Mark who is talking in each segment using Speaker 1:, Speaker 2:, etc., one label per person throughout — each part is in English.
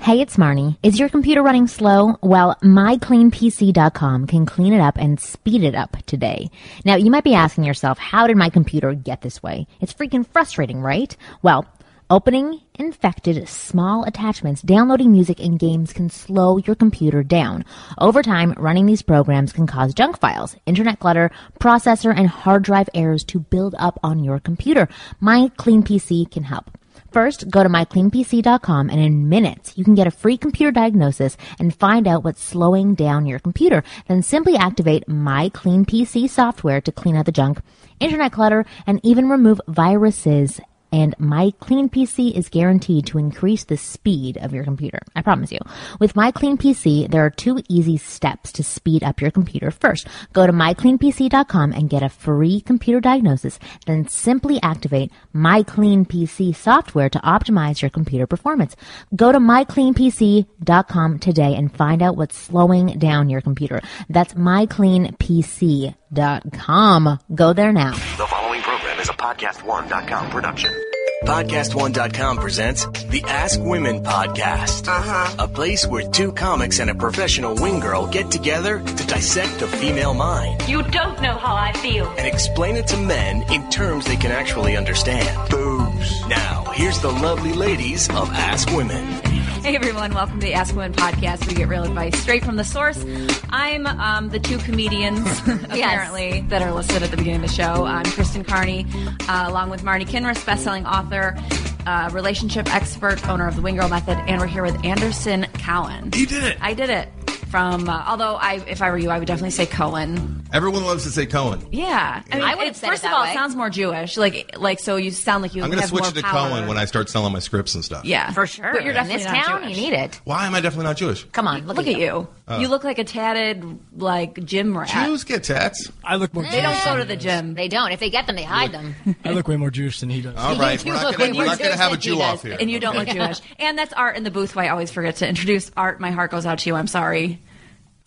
Speaker 1: Hey, it's Marnie. Is your computer running slow? Well, mycleanpc.com can clean it up and speed it up today. Now, you might be asking yourself, how did my computer get this way? It's freaking frustrating, right? Well, Opening infected small attachments, downloading music and games can slow your computer down. Over time, running these programs can cause junk files, internet clutter, processor, and hard drive errors to build up on your computer. My Clean PC can help. First, go to mycleanpc.com and in minutes you can get a free computer diagnosis and find out what's slowing down your computer. Then simply activate My Clean PC software to clean out the junk, internet clutter, and even remove viruses and my clean pc is guaranteed to increase the speed of your computer i promise you with my clean pc there are two easy steps to speed up your computer first go to mycleanpc.com and get a free computer diagnosis then simply activate my clean pc software to optimize your computer performance go to mycleanpc.com today and find out what's slowing down your computer that's mycleanpc.com go there now
Speaker 2: The following program is a podcast1.com production.
Speaker 3: Podcast1.com presents the Ask Women podcast. A place where two comics and a professional wing girl get together to dissect the female mind
Speaker 4: You don't know how I feel.
Speaker 3: and explain it to men in terms they can actually understand. Boobs. Now, here's the lovely ladies of Ask Women.
Speaker 5: Hey everyone, welcome to the Ask Women podcast. We get real advice straight from the source. I'm um, the two comedians apparently that are listed at the beginning of the show. I'm Kristen Carney, uh, along with Marnie Kinris, best-selling author, uh, relationship expert, owner of the Wing Girl Method, and we're here with Anderson Cowan.
Speaker 6: You did it.
Speaker 5: I did it from. Uh, although I, if I were you, I would definitely say Cohen.
Speaker 6: Everyone loves to say Cohen.
Speaker 5: Yeah, I mean,
Speaker 7: I would've
Speaker 5: it-
Speaker 7: said it
Speaker 5: first
Speaker 7: that
Speaker 5: of all,
Speaker 7: way.
Speaker 5: it sounds more Jewish. Like, like so you sound like you.
Speaker 6: I'm going to
Speaker 5: have
Speaker 6: switch
Speaker 5: more
Speaker 6: it to
Speaker 5: power.
Speaker 6: Cohen when I start selling my scripts and stuff.
Speaker 5: Yeah,
Speaker 7: For sure.
Speaker 5: But you're
Speaker 7: In
Speaker 5: definitely
Speaker 7: this
Speaker 5: not
Speaker 7: town,
Speaker 5: Jewish.
Speaker 7: you need it.
Speaker 6: Why am I definitely not Jewish?
Speaker 7: Come on, look,
Speaker 5: Look at you.
Speaker 7: Oh.
Speaker 5: you look like a tatted like gym rat.
Speaker 6: Jews get tats.
Speaker 8: I look more.
Speaker 5: They
Speaker 8: Jewish.
Speaker 5: don't go to the
Speaker 8: than-
Speaker 5: gym.
Speaker 7: They don't. If they get them, they hide them.
Speaker 8: I look way more Jewish than he does.
Speaker 6: All right,
Speaker 7: You
Speaker 6: we're not
Speaker 7: look
Speaker 6: gonna-
Speaker 7: way
Speaker 6: we're
Speaker 7: more
Speaker 6: not going to
Speaker 7: Jewish
Speaker 6: have a
Speaker 7: than he
Speaker 6: Jew
Speaker 7: does.
Speaker 6: off here.
Speaker 5: and you don't look Jewish. And that's art in the booth. Who I always forget to introduce art. My heart goes out to you. I'm sorry.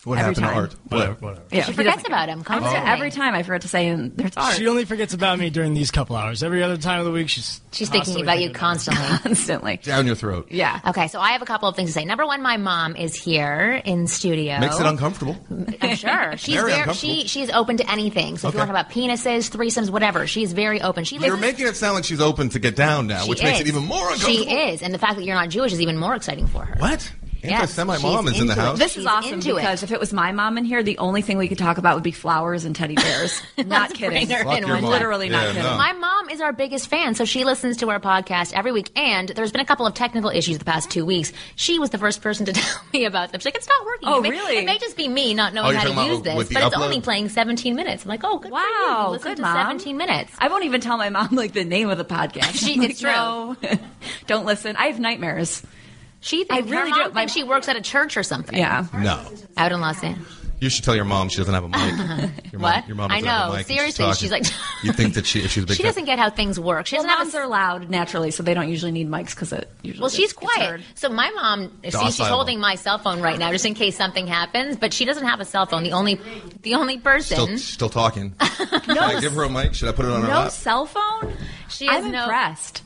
Speaker 6: What
Speaker 5: every
Speaker 6: happened to
Speaker 5: time.
Speaker 6: Art?
Speaker 8: Whatever,
Speaker 6: What?
Speaker 8: whatever.
Speaker 5: Yeah,
Speaker 7: She
Speaker 5: he doesn't-
Speaker 7: forgets about him.
Speaker 5: I'm
Speaker 7: Come
Speaker 5: sorry,
Speaker 7: on.
Speaker 5: every time I forget to say, and there's art
Speaker 8: She only forgets about me during these couple hours. Every other time of the week, she's
Speaker 7: She's thinking
Speaker 8: constantly
Speaker 7: about you
Speaker 8: thinking about me.
Speaker 7: constantly.
Speaker 5: constantly.
Speaker 6: Down your throat.
Speaker 5: Yeah.
Speaker 7: Okay, so I have a couple of things to say. Number one, my mom is here in studio.
Speaker 6: Makes it uncomfortable.
Speaker 7: I'm sure she's
Speaker 6: Very
Speaker 7: very,
Speaker 6: uncomfortable.
Speaker 7: she she's open to anything. So if you
Speaker 6: Okay.
Speaker 7: want to talk about penises, threesomes, whatever, she's very open. She
Speaker 6: You're
Speaker 7: listens-
Speaker 6: making it sound like she's open to get down now,
Speaker 7: she
Speaker 6: which makes
Speaker 7: is.
Speaker 6: it even more uncomfortable.
Speaker 7: She is, and the fact that you're not Jewish is even more exciting for her.
Speaker 6: What?
Speaker 7: Yes,
Speaker 6: Anti-Semite mom
Speaker 7: she's
Speaker 6: is in the
Speaker 7: into it.
Speaker 6: house.
Speaker 5: This
Speaker 7: She's
Speaker 5: is awesome
Speaker 7: into it.
Speaker 5: because if it was my mom in here, the only thing we could talk about would be flowers and teddy bears. not
Speaker 7: Let's bring
Speaker 5: kidding.
Speaker 7: her in
Speaker 6: Fuck your
Speaker 7: one
Speaker 6: mom.
Speaker 7: time.
Speaker 5: Literally
Speaker 6: Yeah,
Speaker 5: not kidding.
Speaker 6: no.
Speaker 7: My mom is our biggest fan, so she listens to our podcast every week. And there's been a couple of technical issues the past two weeks. She was the first person to tell me about them. She's like, "It's not working."
Speaker 5: Oh,
Speaker 7: it may,
Speaker 5: really?
Speaker 7: It may just be me not
Speaker 6: Oh,
Speaker 7: knowing
Speaker 6: you're
Speaker 7: how
Speaker 6: talking
Speaker 7: to use
Speaker 6: about
Speaker 7: this,
Speaker 6: with the
Speaker 7: but it's
Speaker 6: upload?
Speaker 7: only playing 17 minutes. I'm like, "Oh, good for you.
Speaker 5: Wow,
Speaker 7: you listen
Speaker 5: good
Speaker 7: to
Speaker 5: mom.
Speaker 7: 17 minutes."
Speaker 5: I won't even tell my mom like the name of the podcast.
Speaker 7: She-
Speaker 5: I'm like,
Speaker 7: it's true.
Speaker 5: "No." don't listen. I have nightmares.
Speaker 7: She, thinks,
Speaker 5: I
Speaker 7: her
Speaker 5: really
Speaker 7: mom
Speaker 5: do.
Speaker 7: thinks
Speaker 5: My-
Speaker 7: she works at a church or something.
Speaker 5: Yeah.
Speaker 6: No.
Speaker 7: out in Los Angeles.
Speaker 6: You should tell your mom she doesn't have a mic. Your mom,
Speaker 7: What?
Speaker 6: Your mom
Speaker 7: I
Speaker 6: doesn't have a
Speaker 7: know.
Speaker 6: mic and
Speaker 7: Seriously,
Speaker 6: talking.
Speaker 7: she's like-
Speaker 6: you think that she, if she's a big
Speaker 7: She
Speaker 6: fan-
Speaker 7: doesn't get how things work. She
Speaker 5: Well,
Speaker 7: doesn't
Speaker 5: moms
Speaker 7: have.
Speaker 5: are
Speaker 7: A,
Speaker 5: loud naturally, so they don't usually need mics because it usually.
Speaker 7: well, she's
Speaker 5: gets- gets
Speaker 7: quiet.
Speaker 5: heard.
Speaker 7: So my mom, see, she's
Speaker 6: Docile.
Speaker 7: holding my cell phone right now just in case something happens. But she doesn't have a cell phone. The only, the only person
Speaker 6: Still, still talking. Should I give her a mic? Should I put it on her
Speaker 5: No
Speaker 6: lap?
Speaker 5: cell phone.
Speaker 7: she has
Speaker 5: I'm
Speaker 7: no.
Speaker 5: impressed.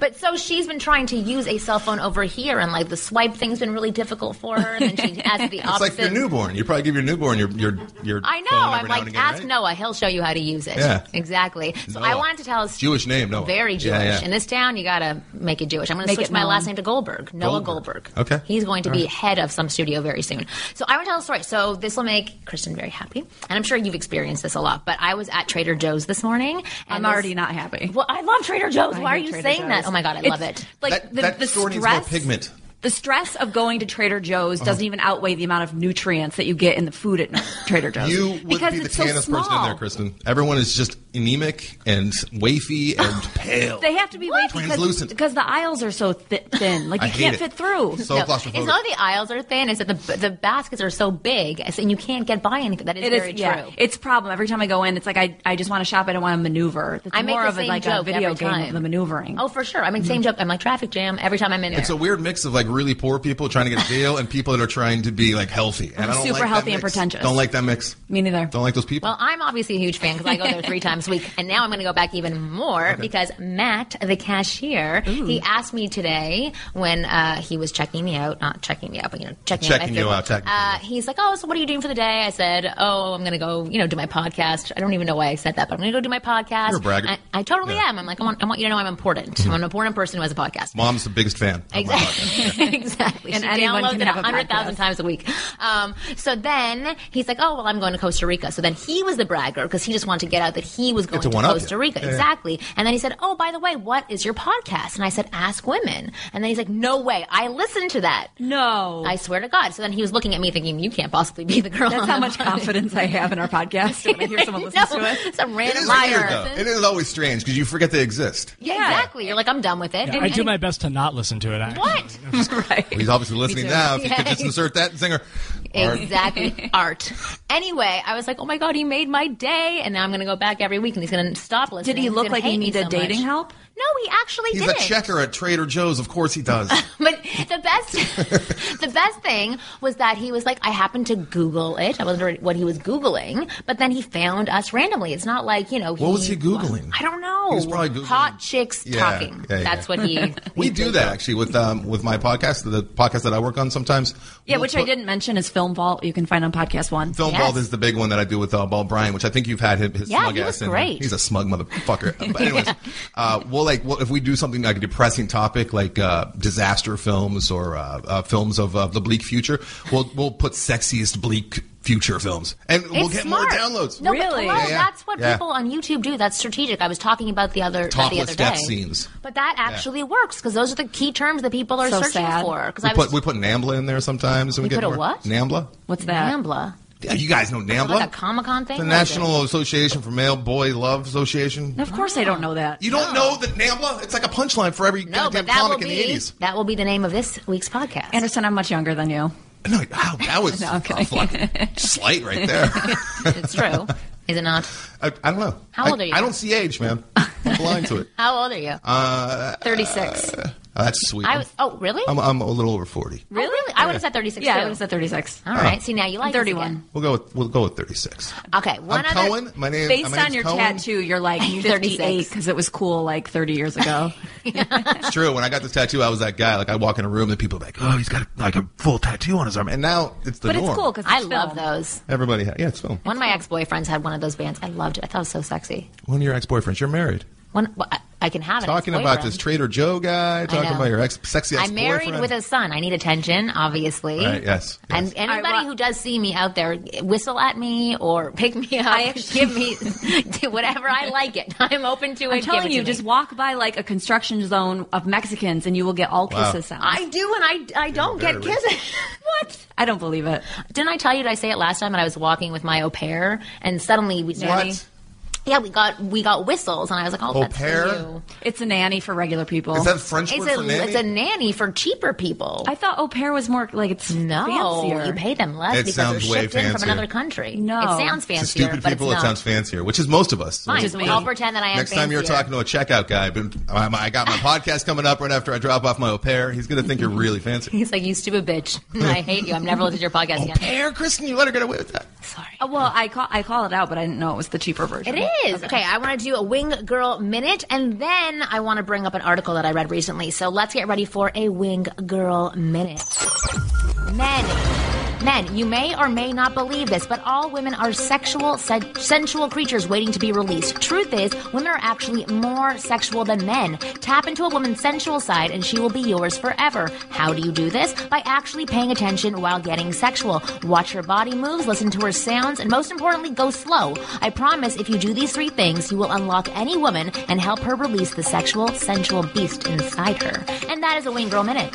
Speaker 7: But so she's been trying to use a cell phone over here, and like the swipe thing's been really difficult for her. And then she asked the
Speaker 6: It's
Speaker 7: opposite.
Speaker 6: like your newborn. You probably give your newborn your your your.
Speaker 7: I know.
Speaker 6: phone every
Speaker 7: I'm
Speaker 6: now and
Speaker 7: like,
Speaker 6: again,
Speaker 7: ask
Speaker 6: right?
Speaker 7: Noah. He'll show you how to use it.
Speaker 6: Yeah.
Speaker 7: Exactly. So I
Speaker 6: Noah.
Speaker 7: wanted to tell us
Speaker 6: Jewish name, Noah.
Speaker 7: Very Jewish.
Speaker 6: Oh, Yeah, yeah.
Speaker 7: In this town, you gotta make it Jewish. I'm gonna
Speaker 5: Make
Speaker 7: switch
Speaker 5: it
Speaker 7: my
Speaker 5: known.
Speaker 7: last name to Goldberg, Noah Goldberg.
Speaker 6: Goldberg. Okay.
Speaker 7: He's going to be
Speaker 6: All right.
Speaker 7: head of some studio very soon. So I want to tell a story. So this will make Kristen very happy, and I'm sure you've experienced this a lot. But I was at Trader Joe's this morning. And
Speaker 5: I'm
Speaker 7: this-
Speaker 5: already not happy.
Speaker 7: Well, I love Trader Joe's.
Speaker 5: I
Speaker 7: Why are
Speaker 5: hate
Speaker 7: you
Speaker 5: Trader
Speaker 7: saying that?
Speaker 5: Joe's.
Speaker 7: Oh my god, I
Speaker 5: It's-
Speaker 7: love it.
Speaker 5: Like
Speaker 6: That-
Speaker 5: the,
Speaker 6: that
Speaker 5: the
Speaker 6: store
Speaker 5: stress,
Speaker 6: needs more pigment. Uh-huh.
Speaker 5: The stress of going to Trader Joe's doesn't even outweigh the amount of nutrients that you get in the food at Trader Joe's.
Speaker 6: You would
Speaker 5: because
Speaker 6: be the
Speaker 5: it's
Speaker 6: tannest
Speaker 5: so small.
Speaker 6: person in there, Kristen. Everyone is just anemic and wafy and pale.
Speaker 5: They have to be
Speaker 6: What?
Speaker 5: white because,
Speaker 6: Translucent.
Speaker 5: because the aisles are so thi- thin. Like
Speaker 6: I
Speaker 5: you
Speaker 6: hate
Speaker 5: can't
Speaker 6: it.
Speaker 5: fit through.
Speaker 6: So
Speaker 7: No,
Speaker 6: claustrophobic.
Speaker 7: it's not that the aisles are thin; it's that the the baskets are so big, and you can't get by anything. That is
Speaker 5: It is
Speaker 7: very true.
Speaker 5: yeah. It's a problem every time I go in. It's like I, I just want to shop. I don't want to maneuver. It's
Speaker 7: I make
Speaker 5: more
Speaker 7: the
Speaker 5: of a,
Speaker 7: same
Speaker 5: like
Speaker 7: joke
Speaker 5: a video
Speaker 7: every
Speaker 5: game
Speaker 7: time.
Speaker 5: of the maneuvering.
Speaker 7: Oh, for sure. I mean, same joke. I'm like traffic jam every time I'm in there.
Speaker 6: Mm-hmm. It's a weird mix of like really poor people trying to get a deal and people that are trying to be like healthy. And I don't
Speaker 5: Super
Speaker 6: like that
Speaker 5: healthy and
Speaker 6: mix.
Speaker 5: pretentious.
Speaker 6: Don't like that mix.
Speaker 5: Me neither.
Speaker 6: Don't like those people.
Speaker 7: Well, I'm obviously a huge fan because I go there three times a week, and now I'm going to go back even more because Matt, the cashier, he asked me today when uh, he was checking me out, not checking me out, but you know, checking,
Speaker 6: Checking
Speaker 7: out
Speaker 6: you
Speaker 7: my
Speaker 6: out,
Speaker 7: food.
Speaker 6: checking you
Speaker 7: Uh, he's like, "Oh, so what are you doing for the day?" I said, "Oh, I'm going to go, you know, do my podcast." I don't even know why I said that, but I'm going to go do my podcast.
Speaker 6: You're a braggart.
Speaker 7: I, I totally
Speaker 6: Yeah. Mm-hmm.
Speaker 7: am. I'm like, I want, I want you to know I'm important. I'm an important person who has a podcast.
Speaker 6: Mom's the biggest fan. of my
Speaker 7: Exactly.
Speaker 6: podcast.
Speaker 7: exactly.
Speaker 5: And
Speaker 7: she
Speaker 5: anyone
Speaker 7: downloads
Speaker 5: can
Speaker 7: it
Speaker 5: have a
Speaker 7: 100,000
Speaker 5: podcast.
Speaker 7: times a week. Um, so then he's like, oh, well, I'm going to Costa Rica. So then he was the bragger because he just wanted to get out that he was going
Speaker 6: to
Speaker 7: to,
Speaker 6: one-up
Speaker 7: Costa
Speaker 6: you.
Speaker 7: Rica.
Speaker 6: Yeah, yeah.
Speaker 7: exactly. And then he said, oh, by the way, what is your podcast? And I said, Ask Women. And then he's like, no way. I listened to that.
Speaker 5: No.
Speaker 7: I swear to God. So then he was looking at me thinking, you can't possibly be the girl.
Speaker 5: That's
Speaker 7: on
Speaker 5: how
Speaker 7: the
Speaker 5: much
Speaker 7: podcast."
Speaker 5: confidence I have in our podcast when I hear someone
Speaker 7: No,
Speaker 5: listen to it.
Speaker 7: Some
Speaker 6: It
Speaker 7: random
Speaker 6: is weird,
Speaker 7: liar.
Speaker 6: though. It is always strange because you forget they exist.
Speaker 7: Yeah, exactly. You're like, I'm done with it.
Speaker 8: Yeah,
Speaker 7: And-
Speaker 8: I do
Speaker 7: and-
Speaker 8: my best to not listen to it. Actually.
Speaker 7: What?
Speaker 5: Right.
Speaker 6: He's obviously listening
Speaker 5: too.
Speaker 6: now. If you could just insert that singer.
Speaker 7: Exactly. art. Anyway, I was like, oh my God, he made my day. And now I'm going to go back every week and he's going to stop listening.
Speaker 5: Did he
Speaker 7: He's
Speaker 5: look
Speaker 7: gonna
Speaker 5: like he
Speaker 7: hate me
Speaker 5: needed
Speaker 7: so
Speaker 5: dating
Speaker 7: much.
Speaker 5: help?
Speaker 7: No, he actually
Speaker 6: He's a
Speaker 7: didn't.
Speaker 6: checker at Trader Joe's. Of course he does.
Speaker 7: But the best, the best thing was that he was like, I happened to Google it. I wasn't sure what he was Googling, but then he found us randomly. It's not like, you know,
Speaker 6: What was he Googling?
Speaker 7: I don't know.
Speaker 6: He was probably Googling-
Speaker 7: Hot chicks
Speaker 6: Yeah,
Speaker 7: talking.
Speaker 6: yeah, yeah.
Speaker 7: That's what he.
Speaker 6: we do that actually with um, with my podcast, the podcast that I work on sometimes.
Speaker 5: Yeah,
Speaker 6: We'll
Speaker 5: which I
Speaker 6: put-
Speaker 5: didn't mention is Film Vault. You can find on Podcast One.
Speaker 6: Film
Speaker 7: Yes.
Speaker 6: Vault is the big one that I do with uh, Ball Brian, which I think you've had him, his
Speaker 7: Yeah,
Speaker 6: smug
Speaker 7: he was
Speaker 6: ass in.
Speaker 7: great.
Speaker 6: He's a smug motherfucker. But anyways, uh, well, like well, if we do something like a depressing topic, like uh, disaster films or uh, uh, films of uh, the bleak future, we'll we'll put sexiest bleak future films, and we'll
Speaker 7: It's
Speaker 6: get
Speaker 7: smart.
Speaker 6: more downloads.
Speaker 7: No,
Speaker 5: Really?
Speaker 7: But, hello,
Speaker 6: Yeah, yeah.
Speaker 7: That's what
Speaker 6: Yeah.
Speaker 7: people on YouTube do. That's strategic. I was talking about the other that the
Speaker 6: Topless
Speaker 7: other
Speaker 6: death
Speaker 7: day.
Speaker 6: scenes.
Speaker 7: But that actually works because those are the key terms that people are
Speaker 5: So
Speaker 7: searching
Speaker 5: sad.
Speaker 7: for. Because
Speaker 6: We
Speaker 7: I was
Speaker 6: put we put Nambla in there sometimes. And we
Speaker 7: You
Speaker 6: get
Speaker 7: put a
Speaker 6: more.
Speaker 7: what?
Speaker 6: Nambla.
Speaker 5: What's that?
Speaker 7: Nambla,
Speaker 6: Yeah, you guys know Nambla.
Speaker 7: like a Comic Con thing.
Speaker 6: the
Speaker 7: What is
Speaker 6: National Association for Male Boy Love Association.
Speaker 5: Of course, I don't know that.
Speaker 6: You don't know that Nambla? It's like a punchline for every
Speaker 7: it? No,
Speaker 6: goddamn
Speaker 7: but that will
Speaker 6: comic in the
Speaker 7: be
Speaker 6: eighties.
Speaker 7: that will be the name of this week's podcast.
Speaker 5: Anderson, I'm much younger than you.
Speaker 6: No, wow, that was
Speaker 5: No, I'm kidding.
Speaker 6: a fucking slight right there.
Speaker 7: it's true, is it not?
Speaker 6: I, I don't know.
Speaker 7: How old are you?
Speaker 6: I, I don't see age, man. I'm blind to it.
Speaker 7: How old are you?
Speaker 6: Uh,
Speaker 5: Thirty six.
Speaker 6: Oh, that's sweet.
Speaker 7: I was. Oh, really?
Speaker 6: I'm, I'm a little over forty.
Speaker 7: Oh, really? I would have said thirty-six.
Speaker 5: Yeah,
Speaker 7: too.
Speaker 5: I would have said thirty six.
Speaker 7: All right. See now you like us
Speaker 5: Thirty-one.
Speaker 7: again.
Speaker 6: We'll go with we'll go with thirty six.
Speaker 7: Okay. One
Speaker 6: I'm
Speaker 7: other.
Speaker 6: Cohen. My name.
Speaker 5: Based
Speaker 6: my
Speaker 5: on
Speaker 6: name's
Speaker 5: your
Speaker 6: Cohen.
Speaker 5: tattoo, you're like
Speaker 7: You're
Speaker 5: 58
Speaker 7: 36.
Speaker 5: because it was cool like 30 years ago.
Speaker 6: It's true. When I got this tattoo, I was that guy. Like I walk in a room and people are like, "Oh, he's got like a full tattoo on his arm," and now it's the
Speaker 5: but
Speaker 6: norm.
Speaker 5: it's cool because
Speaker 7: I love those.
Speaker 6: Everybody, ha- yeah, it's film.
Speaker 7: One of my ex-boyfriends had one of those bands. I loved it. I thought it was so sexy.
Speaker 6: One of your ex boyfriends. You're married.
Speaker 7: One, well, I, I can have it.
Speaker 6: Talking about this Trader Joe guy. Talking
Speaker 7: know.
Speaker 6: about your ex sexy ex
Speaker 7: I'm married with a son. I need attention, obviously.
Speaker 6: Right, yes,
Speaker 7: And
Speaker 6: yes.
Speaker 7: anybody
Speaker 5: well-
Speaker 7: who does see me out there, whistle at me or pick me up,
Speaker 5: actually-
Speaker 7: give me do whatever I like it. I'm open to it.
Speaker 5: I'm
Speaker 7: give it
Speaker 5: telling
Speaker 7: to
Speaker 5: you,
Speaker 7: me.
Speaker 5: just walk by like a construction zone of Mexicans and you will get all
Speaker 6: Wow.
Speaker 5: kisses sounds.
Speaker 7: I do, and I I don't
Speaker 6: You're
Speaker 7: get
Speaker 6: very
Speaker 7: kisses. what?
Speaker 5: I don't believe it.
Speaker 7: Didn't I tell you? Did I say it last time? And I was walking with my au pair, and suddenly we
Speaker 6: What?
Speaker 7: Yeah, we got we got whistles, and I was like, "Oh,
Speaker 6: Au
Speaker 7: that's for
Speaker 6: pair?
Speaker 7: you."
Speaker 5: It's a nanny for regular people.
Speaker 6: Is that French
Speaker 7: It's
Speaker 6: word for
Speaker 7: a
Speaker 6: nanny?
Speaker 7: it's a nanny for cheaper people.
Speaker 5: I thought au pair was more like it's
Speaker 7: No,
Speaker 5: fancier.
Speaker 7: you pay them less
Speaker 6: It
Speaker 7: because
Speaker 6: sounds
Speaker 7: they're
Speaker 6: way
Speaker 7: shipped in
Speaker 6: fancier.
Speaker 7: from another country.
Speaker 5: No.
Speaker 7: it sounds
Speaker 6: To
Speaker 7: fancier,
Speaker 6: stupid
Speaker 7: but
Speaker 6: people,
Speaker 7: it's not.
Speaker 6: it sounds fancier, which is most of us.
Speaker 7: Fine,
Speaker 5: Which is
Speaker 7: we
Speaker 5: me.
Speaker 7: all pretend that I am.
Speaker 6: Next time you're
Speaker 7: fancier.
Speaker 6: talking to a checkout guy, but um, I got my podcast coming up right after I drop off my au pair. He's going to think you're really fancy.
Speaker 7: he's like, "You stupid bitch! I hate you. I'm never listening to your podcast
Speaker 6: au
Speaker 7: again."
Speaker 6: pair, Kristen, you let her get away with that.
Speaker 7: Sorry.
Speaker 5: Uh, Well, I call I call it out, but I didn't know it was the cheaper version.
Speaker 7: It is. Okay, I want to do a Wing Girl Minute, and then I want to bring up an article that I read recently. So let's get ready for a Wing Girl Minute. Men. Men, you may or may not believe this, but all women are sexual, sen- sensual creatures waiting to be released. Truth is, women are actually more sexual than men. Tap into a woman's sensual side and she will be yours forever. How do you do this? By actually paying attention while getting sexual. Watch her body moves, listen to her sounds, and most importantly, go slow. I promise if you do these three things, you will unlock any woman and help her release the sexual, sensual beast inside her. And that is a Wayne Girl Minute.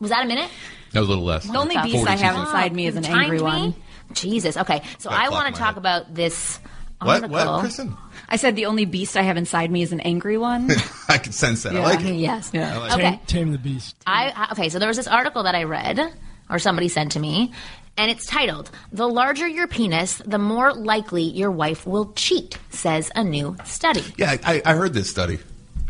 Speaker 7: Was that a minute?
Speaker 6: That was a little less. The
Speaker 5: only beast I have inside me is an
Speaker 7: You timed
Speaker 5: angry
Speaker 7: me?
Speaker 5: one.
Speaker 7: Jesus. Okay, so
Speaker 6: That
Speaker 7: I
Speaker 6: clocked
Speaker 7: want
Speaker 6: my
Speaker 7: to talk
Speaker 6: head.
Speaker 7: about this
Speaker 6: What?
Speaker 7: article.
Speaker 6: What, Kristen?
Speaker 5: I said the only beast I have inside me is an angry one.
Speaker 6: I can sense that. I like it.
Speaker 7: Yes.
Speaker 5: Yeah. Uh,
Speaker 6: like
Speaker 7: okay.
Speaker 8: Tame, tame the beast.
Speaker 7: I I- okay. So there was this article that I read, or somebody sent to me, and it's titled "The larger your penis, the more likely your wife will cheat," says a new study.
Speaker 6: Yeah, I, I heard this study.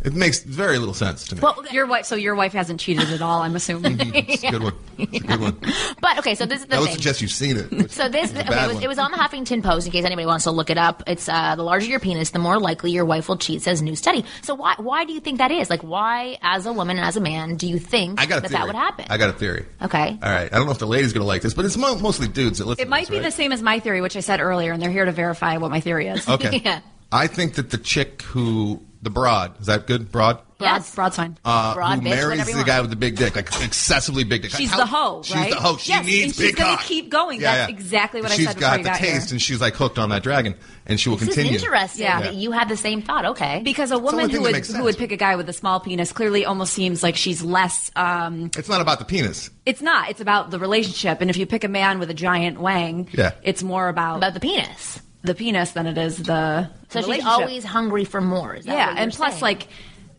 Speaker 6: It makes very little sense to me.
Speaker 7: Well,
Speaker 5: Your wife, so your wife hasn't cheated at all, I'm assuming.
Speaker 6: it's a good one. It's a good one.
Speaker 7: but okay, so this is the
Speaker 6: I would
Speaker 7: thing.
Speaker 6: suggest you've seen it. which
Speaker 7: So this
Speaker 6: is a
Speaker 7: okay,
Speaker 6: bad
Speaker 7: it, was,
Speaker 6: one.
Speaker 7: it was on the Huffington Post. In case anybody wants to look it up, it's uh, the larger your penis, the more likely your wife will cheat. Says new study. So why why do you think that is? Like why, as a woman and as a man, do you think
Speaker 6: I got a
Speaker 7: that
Speaker 6: theory.
Speaker 7: that would happen?
Speaker 6: I got a theory.
Speaker 7: Okay.
Speaker 6: All right. I don't know if the lady's going to like this, but it's mo- mostly dudes that listen.
Speaker 5: it might
Speaker 6: to this,
Speaker 5: be the same as my theory, which I said earlier, and they're here to verify what my theory is.
Speaker 6: right? Okay.
Speaker 7: Yeah.
Speaker 6: I think that the chick who the broad is that good broad.
Speaker 5: Broad's, broad's fine.
Speaker 6: Uh,
Speaker 7: Broad
Speaker 6: who
Speaker 7: bitch,
Speaker 6: marries
Speaker 7: whatever you
Speaker 6: the
Speaker 7: want.
Speaker 6: guy with the big dick, like excessively big dick.
Speaker 5: She's
Speaker 6: How-
Speaker 5: the hoe,
Speaker 6: She's
Speaker 5: right?
Speaker 6: the hoe. She
Speaker 5: Yes,
Speaker 6: needs
Speaker 5: and she's
Speaker 6: big
Speaker 5: gonna
Speaker 6: cock.
Speaker 5: keep going. That's exactly what I
Speaker 6: She's
Speaker 5: said before
Speaker 6: got
Speaker 5: I
Speaker 6: the
Speaker 5: got
Speaker 6: taste,
Speaker 5: here.
Speaker 6: and she's like hooked on that dragon, and she will
Speaker 7: This
Speaker 6: continue.
Speaker 7: is interesting
Speaker 5: Yeah.
Speaker 7: that you had the same thought. Okay.
Speaker 5: because a
Speaker 6: the only
Speaker 5: woman
Speaker 6: thing
Speaker 5: who
Speaker 6: that
Speaker 5: would
Speaker 6: makes
Speaker 5: who would
Speaker 6: sense.
Speaker 5: pick a guy with a small penis clearly almost seems like she's less. Um,
Speaker 6: It's not about the penis.
Speaker 5: it's not. It's about the relationship. And if you pick a man with a giant wang,
Speaker 6: Yeah.
Speaker 5: it's more about,
Speaker 7: about the penis.
Speaker 5: the penis than it is the
Speaker 7: So she's
Speaker 5: relationship.
Speaker 7: always hungry for more. Is that
Speaker 5: yeah.
Speaker 7: what you're
Speaker 5: And plus,
Speaker 7: saying?
Speaker 5: like,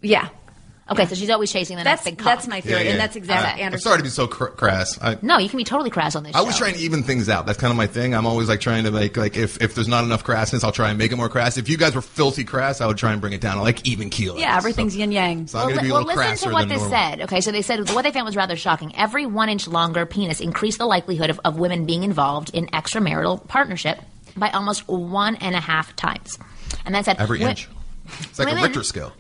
Speaker 5: yeah,
Speaker 7: okay, so she's always chasing the
Speaker 5: that's
Speaker 7: next big cock.
Speaker 5: that's my
Speaker 6: Yeah,
Speaker 5: theory,
Speaker 6: yeah.
Speaker 5: and that's exactly.
Speaker 6: I, I'm
Speaker 5: Anderson.
Speaker 6: sorry to be so cr- crass. I,
Speaker 7: No, you can be totally crass on this.
Speaker 6: I
Speaker 7: show.
Speaker 6: was trying to even things out. That's kind of my thing. I'm always like trying to make like if, if there's not enough crassness, I'll try and make it more crass. If you guys were filthy crass, I would try and bring it down. I like even keel.
Speaker 5: Yeah, everything's
Speaker 6: so,
Speaker 5: yin yang.
Speaker 6: So I'm gonna
Speaker 7: li-
Speaker 6: be a
Speaker 7: well,
Speaker 6: little
Speaker 7: listen
Speaker 6: crasser
Speaker 7: to what
Speaker 6: than
Speaker 7: they
Speaker 6: normal.
Speaker 7: said. Okay, so they said what they found was rather shocking. Every one inch longer penis increased the likelihood of, of women being involved in extramarital partnership by almost one and a half times. And that said,
Speaker 6: Every
Speaker 7: wo-
Speaker 6: inch. It's like
Speaker 7: women-
Speaker 6: a Richter scale.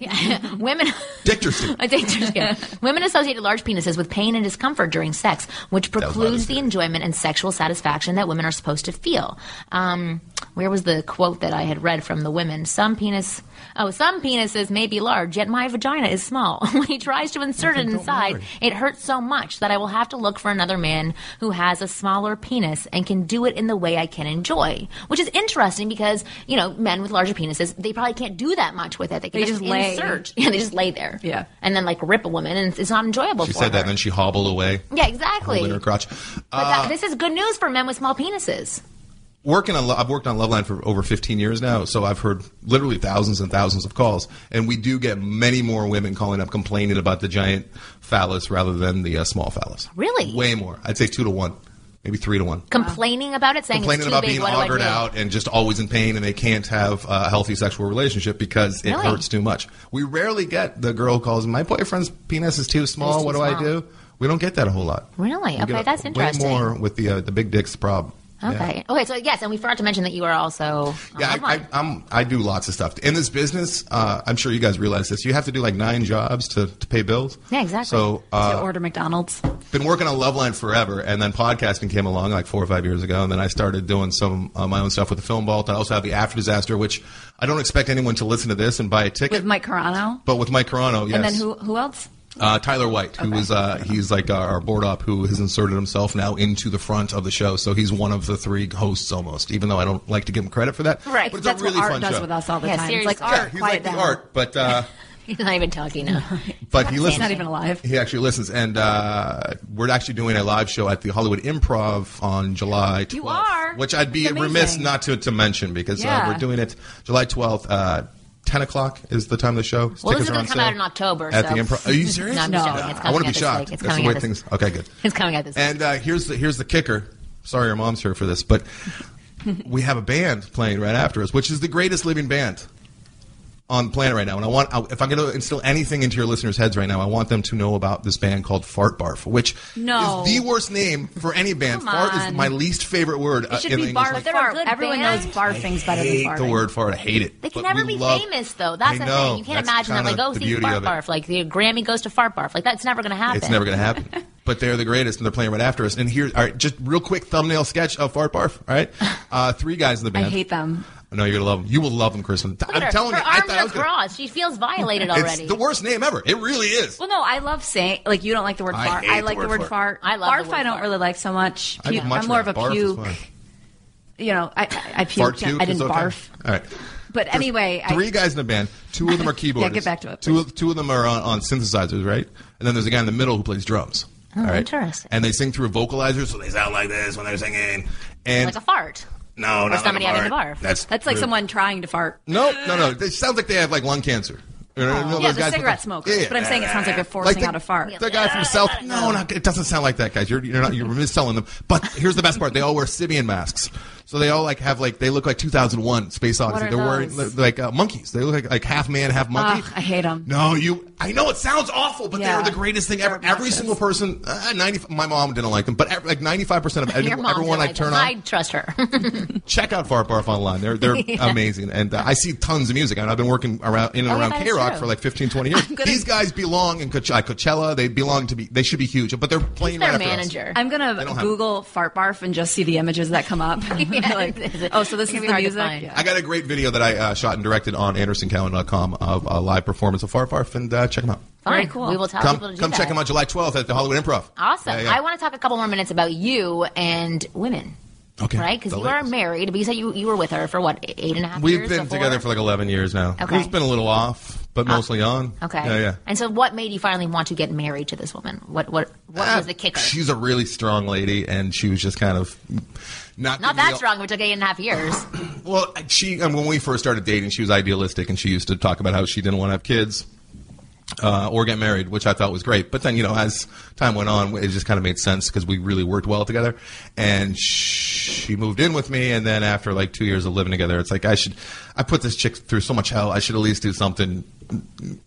Speaker 7: women.
Speaker 6: Richter scale.
Speaker 7: I think there's- yeah. Women associated large penises with pain and discomfort during sex, which
Speaker 6: was
Speaker 7: precludes the
Speaker 6: obvious.
Speaker 7: enjoyment and sexual satisfaction that women are supposed to feel. Um, where was the quote that I had read from the women? Some penis, oh, some penises may be large, yet my vagina is small. when he tries to insert it inside, it hurts so much that I will have to look for another man who has a smaller penis and can do it in the way I can enjoy. Which is interesting because you know men with larger penises, they probably can't do that much with it. They can
Speaker 5: They
Speaker 7: just
Speaker 5: just lay.
Speaker 7: insert. Yeah, they just lay there
Speaker 5: Yeah.
Speaker 7: and then like rip a woman, and it's, it's not enjoyable.
Speaker 6: She
Speaker 7: for
Speaker 6: said that,
Speaker 7: her.
Speaker 6: and then she hobbled away,
Speaker 7: yeah, exactly.
Speaker 6: holding her crotch.
Speaker 7: But
Speaker 6: Uh,
Speaker 7: that, this is good news for men with small penises.
Speaker 6: working on, Lo- I've worked on Loveline for over 15 years now, so I've heard literally thousands and thousands of calls, and we do get many more women calling up complaining about the giant phallus rather than the uh, small phallus.
Speaker 7: Really?
Speaker 6: Way more. I'd say two to one, maybe three to one.
Speaker 7: Complaining about it, saying
Speaker 6: Complaining
Speaker 7: it's too
Speaker 6: about
Speaker 7: big.
Speaker 6: being
Speaker 7: what do I
Speaker 6: augured
Speaker 7: do?
Speaker 6: out and just always in pain, and they can't have a healthy sexual relationship because it
Speaker 7: Really?
Speaker 6: hurts too much. We rarely get the girl who calls, "My boyfriend's penis is too small.
Speaker 7: too
Speaker 6: what do I
Speaker 7: small."
Speaker 6: do?" We don't get that a whole lot.
Speaker 7: Really?
Speaker 6: We
Speaker 7: Okay,
Speaker 6: get
Speaker 7: that's interesting.
Speaker 6: Way more with the uh, the big dicks problem. Yeah.
Speaker 7: Okay. Okay. So yes, and we forgot to mention that you are also. uh,
Speaker 6: Yeah, I, I, I'm. I do lots of stuff in this business. Uh, I'm sure you guys realize this. You have to do like nine jobs to, to pay bills.
Speaker 7: Yeah, exactly.
Speaker 6: So, uh,
Speaker 5: to order McDonald's.
Speaker 6: been working on Loveline forever, and then podcasting came along like four or five years ago, and then I started doing some uh, my own stuff with the Film Vault. I also have the After Disaster, which I don't expect anyone to listen to this and buy a ticket.
Speaker 5: With Mike Carano.
Speaker 6: but with Mike Carano, yes.
Speaker 5: And then who who else?
Speaker 6: Uh, Tyler White, who is uh, he's like our, our board op, who has inserted himself now into the front of the show, so he's one of the three hosts almost. Even though I don't like to give him credit for that,
Speaker 7: Right,
Speaker 6: But it's
Speaker 5: That's
Speaker 6: a really
Speaker 5: what
Speaker 6: fun
Speaker 5: Art does
Speaker 6: show.
Speaker 5: with us all the
Speaker 7: Yeah,
Speaker 5: time. It's
Speaker 7: seriously.
Speaker 5: like
Speaker 6: Yeah,
Speaker 5: Art,
Speaker 6: he's
Speaker 5: quiet
Speaker 6: like the
Speaker 5: down.
Speaker 6: art, but uh,
Speaker 7: He's not even talking now.
Speaker 6: but he listens.
Speaker 5: He's not even alive.
Speaker 6: He actually listens, and uh, we're actually doing a live show at the Hollywood Improv on July 12th.
Speaker 5: You are?
Speaker 6: Which I'd be
Speaker 5: That's amazing.
Speaker 6: remiss not to, to mention because
Speaker 5: Yeah.
Speaker 6: uh, we're doing it July 12th. Uh, 10 o'clock is the time of the show.
Speaker 7: Well, this
Speaker 6: Tickets
Speaker 7: is
Speaker 6: are
Speaker 7: gonna
Speaker 6: on
Speaker 7: come
Speaker 6: sale
Speaker 7: out in October,
Speaker 6: At
Speaker 7: so-
Speaker 6: the improv. Are you serious?
Speaker 7: No, I'm just joking. It's
Speaker 6: I want
Speaker 7: coming
Speaker 6: to
Speaker 7: out
Speaker 6: be
Speaker 7: this
Speaker 6: shocked.
Speaker 7: week. It's
Speaker 6: That's the
Speaker 7: coming
Speaker 6: way
Speaker 7: out this-
Speaker 6: things. Okay, good.
Speaker 7: It's coming out this week.
Speaker 6: And uh, here's the here's the kicker. Sorry, your mom's here for this, but we have a band playing right after us, which is the greatest living band on the planet right now. And I want, I, if I'm going to instill anything into your listeners' heads right now, I want them to know about this band called Fart Barf, which
Speaker 5: No.
Speaker 6: is the worst name for any band.
Speaker 5: Come
Speaker 6: Fart is
Speaker 5: on.
Speaker 6: my least favorite word uh,
Speaker 5: It should
Speaker 6: in the
Speaker 5: be
Speaker 6: English
Speaker 5: barf.
Speaker 6: language.
Speaker 7: They're a good
Speaker 5: Everyone
Speaker 7: band.
Speaker 5: knows barfing's better than
Speaker 6: hate
Speaker 5: farting.
Speaker 6: the word fart. I hate it.
Speaker 7: They can
Speaker 6: But
Speaker 7: never
Speaker 6: we
Speaker 7: be
Speaker 6: love-
Speaker 7: famous, though. That's
Speaker 6: I
Speaker 7: the
Speaker 6: know.
Speaker 7: thing. You can't
Speaker 6: That's
Speaker 7: imagine them
Speaker 6: kinda
Speaker 7: like, oh,
Speaker 6: the
Speaker 7: see
Speaker 6: beauty
Speaker 7: Fart
Speaker 6: of it.
Speaker 7: Barf. Like, the Grammy goes to Fart Barf. Like, that's never going to happen.
Speaker 6: It's never going to happen. But they're the greatest, and they're playing right after us. And here, all right, just real quick thumbnail sketch of Fart Barf. All right, uh, three guys in the
Speaker 5: I
Speaker 6: band.
Speaker 5: hate them.
Speaker 6: No, you're gonna love them. You will love them, Kristen.
Speaker 7: Look at
Speaker 6: I'm
Speaker 7: her.
Speaker 6: telling
Speaker 7: her
Speaker 6: you, I
Speaker 7: arms
Speaker 6: thought I
Speaker 7: are
Speaker 6: was gonna-
Speaker 7: crossed. She feels violated already.
Speaker 6: It's the worst name ever. It really is.
Speaker 5: Well, no, I love saying like you don't like the word
Speaker 6: I
Speaker 5: fart.
Speaker 6: hate
Speaker 5: I like
Speaker 6: the
Speaker 5: the
Speaker 6: word
Speaker 5: word, fart.
Speaker 6: fart.
Speaker 7: I love the
Speaker 5: barf.
Speaker 7: word
Speaker 5: I don't
Speaker 7: fart.
Speaker 5: really like so much.
Speaker 6: I would
Speaker 5: Puke.
Speaker 6: much
Speaker 5: I'm more of a
Speaker 6: rather- barf is
Speaker 5: puke.
Speaker 6: fine.
Speaker 5: You know, I I, I puked.
Speaker 6: Fart puke
Speaker 5: I didn't
Speaker 6: is okay.
Speaker 5: barf.
Speaker 6: All right.
Speaker 5: But anyway, I-
Speaker 6: three guys in a band. Two of them are keyboardists.
Speaker 5: Yeah, get back to it,
Speaker 6: Two,
Speaker 5: please.
Speaker 6: of- two of them are on, on synthesizers, right? And then there's a guy in the middle who plays drums.
Speaker 7: Oh,
Speaker 6: all right.
Speaker 7: interesting.
Speaker 6: And they sing through a vocalizer, so they sound like this when they're singing. And
Speaker 7: like a fart.
Speaker 6: no, not
Speaker 7: somebody
Speaker 6: like a
Speaker 7: having a
Speaker 6: barf.
Speaker 7: barf.
Speaker 6: That's
Speaker 5: That's like
Speaker 6: rude.
Speaker 5: someone trying to fart.
Speaker 6: No, no, no. It sounds like they have like lung cancer. You know, those
Speaker 5: yeah,
Speaker 6: guys
Speaker 5: the
Speaker 6: with
Speaker 5: cigarette smokers.
Speaker 6: Yeah, yeah.
Speaker 5: But I'm saying it sounds like they're forcing
Speaker 6: Like the,
Speaker 5: out a fart.
Speaker 6: The guy from South. No, no, it doesn't sound like that, guys. You're you're not you're misselling them. But here's the best part: they all wear Sibian masks. So they all like have like they look like 2001 Space Odyssey.
Speaker 5: are
Speaker 6: They're wearing
Speaker 5: those?
Speaker 6: li- like uh, monkeys. They look like like half man, half monkey.
Speaker 5: Ugh, I hate 'em.
Speaker 6: No, you. I know it sounds awful, but
Speaker 5: Yeah.
Speaker 6: they're the greatest thing ever.
Speaker 5: They're
Speaker 6: Every
Speaker 5: obnoxious.
Speaker 6: single person, uh, 90. My mom didn't like them, but ev- like 95 percent of
Speaker 7: Your
Speaker 6: everyone,
Speaker 7: mom
Speaker 6: everyone I
Speaker 7: did
Speaker 6: turn
Speaker 7: like
Speaker 6: on
Speaker 7: them. I trust her.
Speaker 6: check out Fart Barf online. They're they're amazing, and uh, I see tons of music. And I've been working around in and
Speaker 7: Oh, yeah,
Speaker 6: around
Speaker 7: that is
Speaker 6: K Rock
Speaker 7: true.
Speaker 6: for like 15, 20 years.
Speaker 5: gonna-
Speaker 6: These guys belong in Coach- uh, Coachella. They belong to be. They should be huge, but they're playing
Speaker 7: Their
Speaker 6: right
Speaker 7: manager.
Speaker 5: I'm
Speaker 6: They
Speaker 5: gonna
Speaker 6: don't have-
Speaker 5: Google fart barf and just see the images that come up. Like, oh, so this
Speaker 7: It's
Speaker 5: is
Speaker 7: gonna be
Speaker 5: the
Speaker 7: hard to
Speaker 5: music.
Speaker 7: find.
Speaker 5: Yeah.
Speaker 6: after us. I got a great video that I uh, shot and directed on AndersonCowan.com of a live performance of Fart Barf, and uh, check them out.
Speaker 5: Very
Speaker 7: Fine.
Speaker 5: cool.
Speaker 7: We will tell
Speaker 6: Come,
Speaker 7: people to do
Speaker 6: come
Speaker 7: that.
Speaker 6: check them out July 12th at the Hollywood Improv.
Speaker 7: Awesome.
Speaker 6: Yeah, yeah.
Speaker 7: I want to talk a couple more minutes about you and women.
Speaker 6: Okay.
Speaker 7: Right? Because
Speaker 6: The
Speaker 7: you are
Speaker 6: latest.
Speaker 7: married, but you said you, you were with her for what, eight and a half
Speaker 6: We've
Speaker 7: years?
Speaker 6: been
Speaker 7: before?
Speaker 6: together for like 11 years now.
Speaker 7: Okay. Uh,
Speaker 6: It's been a little off, but mostly on.
Speaker 7: Okay.
Speaker 6: Yeah, yeah.
Speaker 7: And so, what made you finally want to get married to this woman? What what what
Speaker 6: Ah,
Speaker 7: was the kicker?
Speaker 6: She's a really strong lady, and she was just kind of not
Speaker 7: Not
Speaker 6: giving me
Speaker 7: that
Speaker 6: a-
Speaker 7: strong. It took eight and a half years.
Speaker 6: Well, she um, when we first started dating, she was idealistic, and she used to talk about how she didn't want to have kids uh, or get married, which I thought was great. But then, you know, as time went on, it just kind of made sense because we really worked well together. And she moved in with me, and then after like two years of living together, it's like I should I put this chick through so much hell. I should at least do something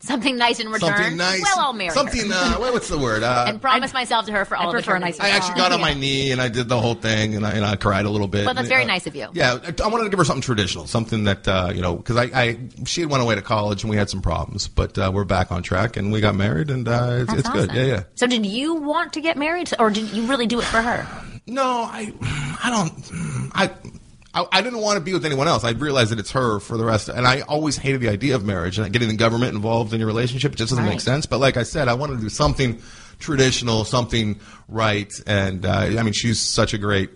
Speaker 7: Something nice in return.
Speaker 6: something nice.
Speaker 7: Well, I'll marry her.
Speaker 6: something. Uh, what- what's the word? Uh,
Speaker 7: and promise myself to her for all of
Speaker 5: prefer a
Speaker 7: eternity.
Speaker 5: nice-
Speaker 6: I actually got on my knee and I did the whole thing and I, and I cried a little bit.
Speaker 7: Well, that's
Speaker 6: And,
Speaker 7: very
Speaker 6: uh,
Speaker 7: nice of you.
Speaker 6: Yeah, I, I wanted to give her something traditional, something that uh, you know, because I, I she had went away to college and we had some problems, but uh, we're back on track and we got married and uh, it's,
Speaker 7: That's
Speaker 6: it's good.
Speaker 7: awesome.
Speaker 6: Yeah, yeah.
Speaker 7: So, did you want to get married, or did you really do it for her?
Speaker 6: No, I, I don't, I. I, I didn't want to be with anyone else. I realized that it's her for the rest, and I always hated the idea of marriage and getting the government involved in your relationship. It just doesn't
Speaker 7: Right.
Speaker 6: make sense. But like I said, I wanted to do something traditional, something right, and uh, I mean, she's such a great.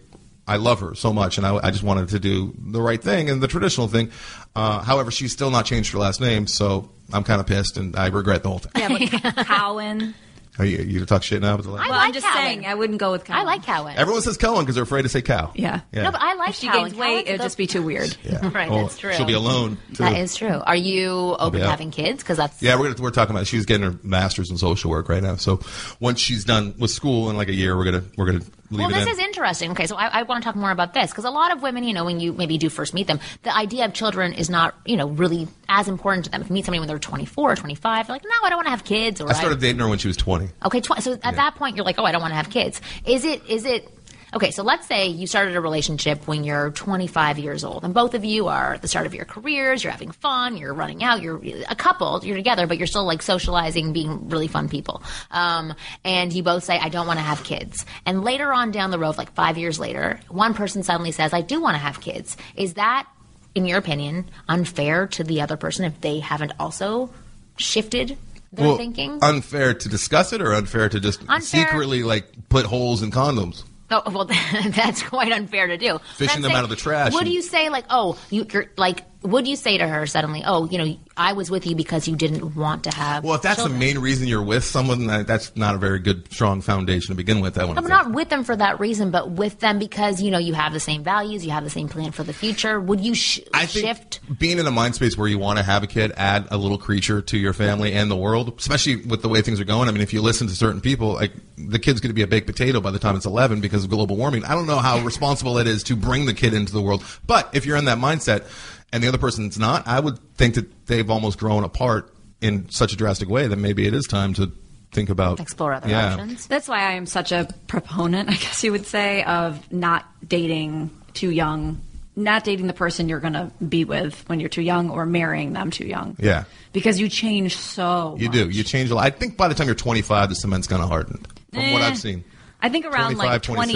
Speaker 6: I love her so much, and I, I just wanted to do the right thing and the traditional thing. Uh, however, she's still not changed her last name, so I'm kind of pissed, and I regret the whole thing.
Speaker 5: Yeah, but Cowan.
Speaker 6: Are you, you gonna talk shit now? Well,
Speaker 7: I
Speaker 5: Well, I'm
Speaker 7: like
Speaker 5: just
Speaker 7: Cowan.
Speaker 5: saying, I wouldn't go with Cowan.
Speaker 7: I like Cowan.
Speaker 6: Everyone says Cohen because they're afraid to say cow.
Speaker 5: Yeah.
Speaker 7: No, but I like
Speaker 5: If she
Speaker 7: Cowan.
Speaker 5: gains weight,
Speaker 7: Cowan's
Speaker 5: it'd
Speaker 7: the-
Speaker 5: just be too weird.
Speaker 6: Yeah.
Speaker 7: Right, that's true.
Speaker 6: Oh, She'll be alone. too.
Speaker 7: That is true. Are you open to
Speaker 6: Yeah.
Speaker 7: having kids? Because that's
Speaker 6: Yeah, we're gonna, we're talking about. She's getting her master's in social work right now. So once she's done with school in like a year, we're gonna we're gonna leave
Speaker 7: Well,
Speaker 6: it
Speaker 7: this
Speaker 6: in.
Speaker 7: is interesting. Okay, so I, I want to talk more about this because a lot of women, you know, when you maybe do first meet them, the idea of children is not, you know, really as important to them. If you meet somebody when they're 24 or 25, they're like, no, I don't want to have kids. Or
Speaker 6: I started dating her when she was twenty.
Speaker 7: Okay, tw- so at that point, you're like, oh, I don't want to have kids. Is it? Is it? Okay, so let's say you started a relationship when you're 25 years old, and both of you are at the start of your careers. You're having fun. You're running out. You're a couple. You're together, but you're still like socializing, being really fun people. Um, and you both say, "I don't want to have kids." And later on down the road, like five years later, one person suddenly says, "I do want to have kids." Is that, in your opinion, unfair to the other person if they haven't also shifted their
Speaker 6: Well,
Speaker 7: thinking?
Speaker 6: unfair to discuss it or unfair to just
Speaker 7: Unfair.
Speaker 6: secretly like put holes in condoms.
Speaker 7: Oh well, that's quite unfair to do. But
Speaker 6: Fishing
Speaker 7: I'm
Speaker 6: them out of the trash
Speaker 7: Would
Speaker 6: and-
Speaker 7: you say like, oh, you, you're like, would you say to her suddenly, oh, you know, I was with you because you didn't want to have?
Speaker 6: Well, if that's
Speaker 7: children.
Speaker 6: the main reason you're with someone, that, that's not a very good strong foundation to begin with. I want
Speaker 7: I'm not with them for that reason, but with them because you know you have the same values, you have the same plan for the future. Would you sh-
Speaker 6: I think
Speaker 7: shift?
Speaker 6: being in a mind space where you want to have a kid, add a little creature to your family and the world, especially with the way things are going. I mean, if you listen to certain people, like the kid's going to be a baked potato by the time it's 11 because of global warming. I don't know how responsible it is to bring the kid into the world, but if you're in that mindset and the other person's not, I would think that they've almost grown apart in such a drastic way that maybe it is time to think about
Speaker 7: Explore other options.
Speaker 5: That's why I am such a proponent, I guess you would say, of not dating too young, not dating the person you're going to be with when you're too young or marrying them too young.
Speaker 6: Yeah.
Speaker 5: Because you change so
Speaker 6: You
Speaker 5: much.
Speaker 6: do. You change a lot. I think by the time you're 25, the cement's going to harden from what
Speaker 5: Eh.
Speaker 6: I've seen.
Speaker 5: I think around like
Speaker 6: 25, 26.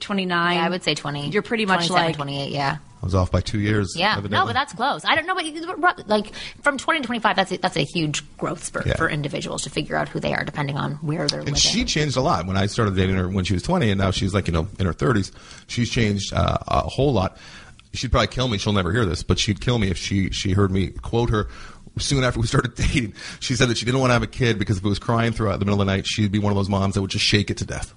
Speaker 5: 28, 29.
Speaker 7: I would say 20.
Speaker 5: You're pretty much
Speaker 7: 27,
Speaker 5: like
Speaker 7: 28. Yeah.
Speaker 6: I was off by two years.
Speaker 7: Yeah, no,
Speaker 6: evidently.
Speaker 7: but that's close. I don't know, but you- like from twenty to twenty-five, that's a, that's a huge growth spurt
Speaker 6: Yeah.
Speaker 7: for individuals to figure out who they are, depending on where they're living.
Speaker 6: And she changed a lot when I started dating her when she was 20, and now she's like, you know, in her 30s. She's changed uh, a whole lot. She'd probably kill me. She'll never hear this, but she'd kill me if she, she heard me quote her soon after we started dating, she said that she didn't want to have a kid because if it was crying throughout the middle of the night, she'd be one of those moms that would just shake it to death.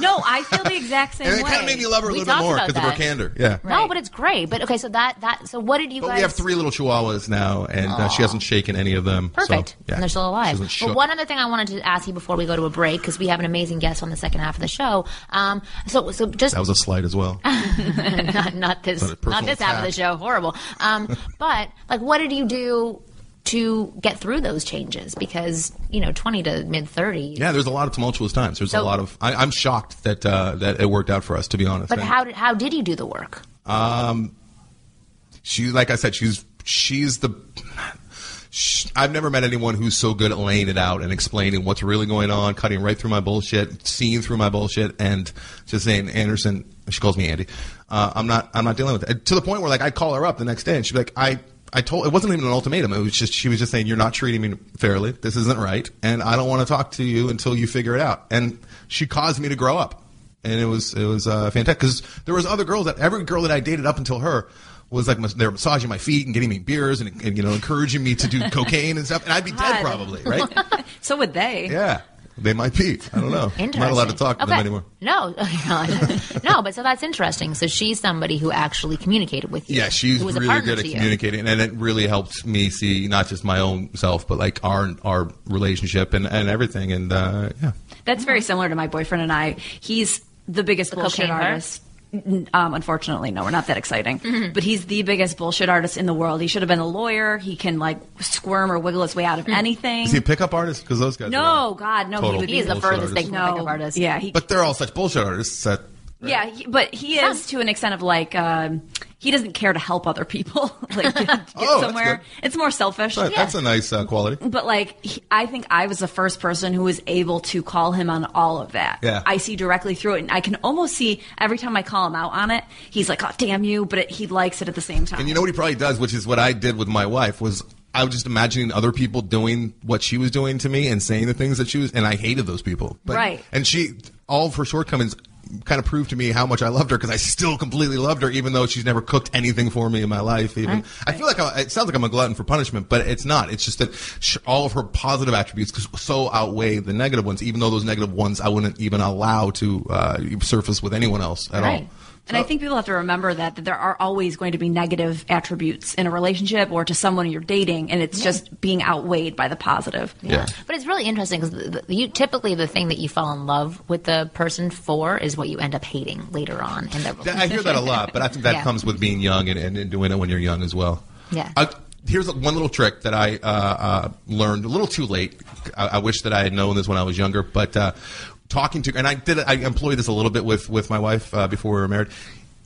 Speaker 5: No, I feel the exact same
Speaker 6: And
Speaker 5: way.
Speaker 6: it kind of made me love her a
Speaker 7: We
Speaker 6: little bit
Speaker 7: talked
Speaker 6: more
Speaker 7: about
Speaker 6: because of her
Speaker 7: that.
Speaker 6: candor. Yeah.
Speaker 7: No,
Speaker 5: Right.
Speaker 7: but it's great. But okay, so that that so what did you
Speaker 6: But
Speaker 7: guys?
Speaker 6: we have three little chihuahuas now, and uh, she hasn't shaken any of them. so,
Speaker 7: Perfect.
Speaker 6: yeah.
Speaker 7: And they're still
Speaker 6: She
Speaker 7: alive.
Speaker 6: hasn't shook.
Speaker 7: But one other thing I wanted to ask you before we go to a break, because we have an amazing guest on the second half of the show. Um, so, so just
Speaker 6: that was a slight as well.
Speaker 7: not, not this,
Speaker 6: But a personal
Speaker 7: not this half of the
Speaker 6: attack.
Speaker 7: show. Horrible. Um, but like, what did you do to get through those changes? Because you know, twenty to mid thirty.
Speaker 6: Yeah, there's a lot of tumultuous times. There's a
Speaker 7: So-
Speaker 6: lot of. I, I'm shocked that uh, that it worked out for us, to be honest.
Speaker 7: But
Speaker 6: And
Speaker 7: how did how did you do the work?
Speaker 6: Um, she, like I said, she's she's the. She, I've never met anyone who's so good at laying it out and explaining what's really going on, cutting right through my bullshit, seeing through my bullshit, and just saying, Anderson. She calls me Andy. Uh, I'm not. I'm not dealing with it to the point where like I call her up the next day and she'd be like, I. I told it wasn't even an ultimatum. It was just she was just saying you're not treating me fairly. This isn't right, and I don't want to talk to you until you figure it out. And she caused me to grow up. and it was it was uh, fantastic because there was other girls that every girl that I dated up until her was like mas- they were massaging my feet and getting me beers and, and you know encouraging me to do cocaine and stuff, and I'd be
Speaker 5: God.
Speaker 6: dead probably, right?
Speaker 5: So would they.
Speaker 6: yeah, they might be. I don't know. I'm
Speaker 7: Interesting.
Speaker 6: not allowed to talk to
Speaker 7: Okay.
Speaker 6: them anymore.
Speaker 7: No, Oh, no, but so that's interesting. So she's somebody who actually communicated with you.
Speaker 6: Yeah, she's
Speaker 7: who was a
Speaker 6: really
Speaker 7: partner
Speaker 6: good at
Speaker 7: to you.
Speaker 6: communicating, and it really helped me see not just my own self, but like our our relationship and, and everything. And uh, yeah,
Speaker 5: That's very similar to my boyfriend and I. He's the biggest bullshit
Speaker 7: cocaine part?
Speaker 5: artist. N- Um, unfortunately, no, we're not that exciting.
Speaker 7: Mm-hmm.
Speaker 5: But he's the biggest bullshit artist in the world. He should have been a lawyer. He can like squirm or wiggle his way out of
Speaker 7: Hmm.
Speaker 5: anything.
Speaker 6: is he a pickup artist? Because those guys, are all
Speaker 5: no, God, no.
Speaker 6: total
Speaker 5: He would
Speaker 7: He
Speaker 5: be
Speaker 7: is the
Speaker 6: bullshit
Speaker 7: furthest
Speaker 6: artists.
Speaker 7: thing from a
Speaker 5: no
Speaker 7: pickup artist.
Speaker 5: Yeah, he,
Speaker 6: But they're all such bullshit artists that
Speaker 5: yeah, he, but he is to an extent of like um, he doesn't care to help other people. like get, get
Speaker 6: Oh, that's
Speaker 5: somewhere.
Speaker 6: good.
Speaker 5: It's more selfish.
Speaker 6: that- that's a nice uh, quality.
Speaker 5: But like, he, I think I was the first person who was able to call him on all of that.
Speaker 6: Yeah.
Speaker 5: I see directly through it, and I can almost see every time I call him out on it, he's like, "Oh, damn you!" But it, he likes it at the same time.
Speaker 6: And you know what he probably does, which is what I did with my wife, was I was just imagining other people doing what she was doing to me and saying the things that she was, and I hated those people. But,
Speaker 5: Right.
Speaker 6: And she, all of her shortcomings kind of proved to me how much I loved her because I still completely loved her, even though she's never cooked anything for me in my life. Even I feel like I, it sounds like I'm a glutton for punishment, but it's not. It's just that sh all of her positive attributes so outweigh the negative ones, even though those negative ones I wouldn't even allow to uh, surface with anyone else at
Speaker 7: Right.
Speaker 6: all.
Speaker 5: And I think people have to remember that, that there are always going to be negative attributes in a relationship or to someone you're dating, and it's just being outweighed by the positive.
Speaker 6: Yeah.
Speaker 7: But it's really interesting because you typically the thing that you fall in love with the person for is what you end up hating later on in their
Speaker 6: That- I hear that a lot, but I think that
Speaker 7: Yeah.
Speaker 6: comes with being young and, and, and doing it when you're young as well.
Speaker 7: Yeah.
Speaker 6: I, here's one little trick that I uh, uh, learned a little too late. I, I wish that I had known this when I was younger, but uh, talking to and I did I employed this a little bit with with my wife uh, before we were married.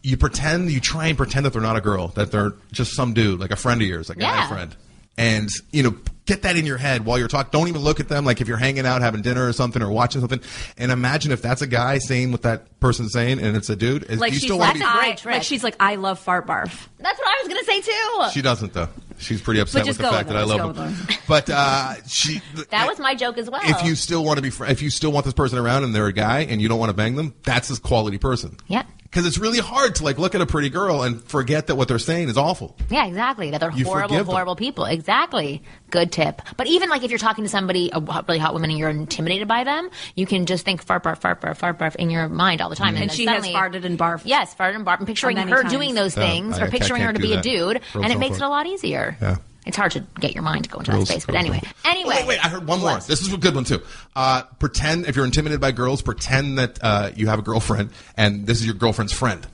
Speaker 6: You pretend you try and pretend that they're not a girl, that they're just some dude, like a friend of yours, like a guy
Speaker 7: Yeah.
Speaker 6: friend and you know get that in your head while you're talking don't even look at them like if you're hanging out having dinner or something or watching something and imagine if that's a guy saying what that person's saying and it's a dude is,
Speaker 5: Like
Speaker 6: do you
Speaker 5: she's
Speaker 6: still
Speaker 5: like,
Speaker 6: want to be
Speaker 7: that's a
Speaker 5: I,
Speaker 7: great trick.
Speaker 5: like she's like, I love fart barf.
Speaker 7: That's what I was gonna say too.
Speaker 6: she doesn't though she's pretty upset
Speaker 5: But just
Speaker 6: with the
Speaker 5: go
Speaker 6: fact
Speaker 5: with
Speaker 6: that i
Speaker 5: her, just
Speaker 6: love
Speaker 5: go
Speaker 6: him
Speaker 5: with her.
Speaker 6: but uh she
Speaker 7: that was my joke as well.
Speaker 6: if you still want to be fr- if you still want this person around and they're a guy and you don't want to bang them that's this quality person
Speaker 7: Yep.
Speaker 6: because it's really hard to like look at a pretty girl and forget that what they're saying is awful
Speaker 7: Yeah, exactly. That they're
Speaker 6: You
Speaker 7: horrible,
Speaker 6: forgive them.
Speaker 7: horrible people. Exactly. Good tip. But even like if you're talking to somebody, a hot- really hot woman, and you're intimidated by them, you can just think fart, barf, fart, barf, fart, barf in your mind all the
Speaker 6: Mm-hmm.
Speaker 7: time. And,
Speaker 5: And
Speaker 7: then
Speaker 5: she has
Speaker 7: suddenly-
Speaker 5: farted and barfed.
Speaker 7: Yes, farted and barf. And picturing
Speaker 5: Many
Speaker 7: her
Speaker 5: times.
Speaker 7: doing those
Speaker 6: Yeah,
Speaker 7: things
Speaker 6: I-
Speaker 7: or
Speaker 6: I
Speaker 7: picturing her
Speaker 6: can't
Speaker 7: to
Speaker 6: do
Speaker 7: be a
Speaker 6: that.
Speaker 7: dude, and
Speaker 6: Girls
Speaker 7: it
Speaker 6: don't
Speaker 7: makes it a
Speaker 6: fart.
Speaker 7: lot easier.
Speaker 6: Yeah.
Speaker 7: It's hard to get your mind to go into
Speaker 6: Girls-
Speaker 7: that space. But
Speaker 6: girls
Speaker 7: anyway.
Speaker 6: don't
Speaker 7: Anyway.
Speaker 6: Oh, wait, wait, I heard one more. This is a good one too. Uh, pretend if you're intimidated by girls, pretend that uh, you have a girlfriend and this is your girlfriend's friend,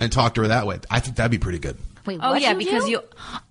Speaker 6: and talk to her that way. I think that'd be pretty good.
Speaker 7: Wait,
Speaker 5: Oh
Speaker 7: what
Speaker 5: yeah,
Speaker 7: do?
Speaker 5: because you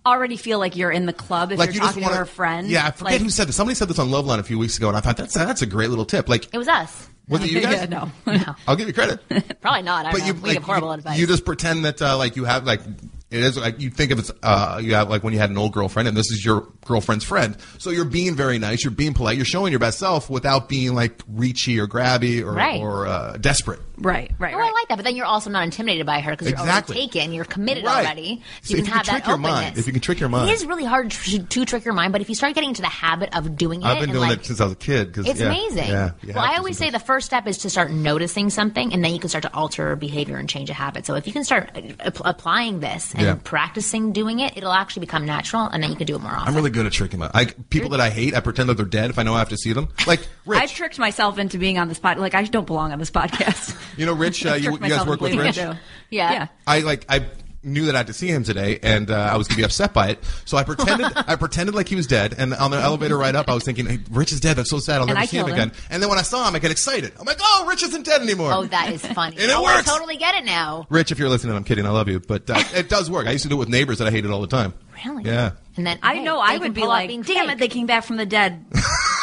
Speaker 5: already feel like you're in the club if you're
Speaker 6: just
Speaker 5: talking to
Speaker 6: wanna-
Speaker 5: her friend.
Speaker 6: Yeah, I forget
Speaker 5: like,
Speaker 6: who said this. Somebody said this on Loveline a few weeks ago, and I thought that's that's a great little tip. Like,
Speaker 7: It was us.
Speaker 6: was it you guys?
Speaker 5: Yeah, no.
Speaker 6: I'll give you credit. but
Speaker 7: Probably not. I don't know.
Speaker 6: you
Speaker 7: we
Speaker 6: like,
Speaker 7: give horrible
Speaker 6: you,
Speaker 7: advice.
Speaker 6: you just pretend that uh, like you have like. It is like you think of it's uh, you have like when you had an old girlfriend and this is your girlfriend's friend. So you're being very nice, you're being polite, you're showing your best self without being like reachy or grabby or
Speaker 7: Right.
Speaker 6: or uh, desperate.
Speaker 5: Right, right,
Speaker 7: Oh,
Speaker 5: right.
Speaker 7: I like that. But then you're also not intimidated by her because
Speaker 6: Exactly.
Speaker 7: you're already taken. You're committed
Speaker 6: Right.
Speaker 7: already. So
Speaker 6: See,
Speaker 7: you
Speaker 6: if
Speaker 7: can
Speaker 6: you
Speaker 7: have
Speaker 6: can
Speaker 7: that
Speaker 6: trick your mind-
Speaker 7: openness.
Speaker 6: if you can trick your mind.
Speaker 7: It is really hard to, to trick your mind, but if you start getting into the habit of doing it,
Speaker 6: I've been
Speaker 7: and,
Speaker 6: doing
Speaker 7: like,
Speaker 6: it since I was a kid. Cause,
Speaker 7: It's
Speaker 6: yeah,
Speaker 7: amazing.
Speaker 6: Yeah, you
Speaker 7: well,
Speaker 6: have
Speaker 7: I
Speaker 6: to
Speaker 7: always say
Speaker 6: sometimes.
Speaker 7: the first step is to start noticing something, and then you can start to alter behavior and change a habit. So if you can start uh, app- applying this and
Speaker 6: Yeah.
Speaker 7: practicing doing it, it'll actually become natural, and then you can do it more often.
Speaker 6: I'm really good at tricking my. I, people that I hate, I pretend that they're dead if I know I have to see them. Like Rich,
Speaker 5: I've tricked myself into being on this podcast. Like I don't belong on this podcast.
Speaker 6: you know, Rich, uh,
Speaker 5: I've
Speaker 6: you,
Speaker 5: tricked
Speaker 6: you guys
Speaker 5: myself
Speaker 6: work with
Speaker 5: into
Speaker 6: Rich.
Speaker 5: believing I do.
Speaker 7: Yeah.
Speaker 5: yeah.
Speaker 6: I like I knew that I had to see him today, and uh, I was gonna be upset by it. So I pretended I pretended like he was dead, and on the elevator ride up, I was thinking, hey, "Rich is dead. That's so sad. I'll never
Speaker 5: I
Speaker 6: see him
Speaker 5: killed
Speaker 6: again."
Speaker 5: him.
Speaker 6: And then when I saw him, I got excited. I'm like, "Oh, Rich isn't dead anymore."
Speaker 7: Oh, that is funny.
Speaker 6: And it
Speaker 7: oh,
Speaker 6: works.
Speaker 7: I totally get it now.
Speaker 6: Rich, if you're listening, I'm kidding. I love you, but uh, it does work. I used to do it with neighbors that I hated all the time.
Speaker 7: Really?
Speaker 6: Yeah.
Speaker 7: And then
Speaker 5: I
Speaker 7: hey,
Speaker 5: know
Speaker 7: they
Speaker 5: I
Speaker 7: can
Speaker 5: would be
Speaker 7: pull off
Speaker 5: like,
Speaker 7: being
Speaker 5: damn
Speaker 7: fake.
Speaker 5: it, they came back from the dead.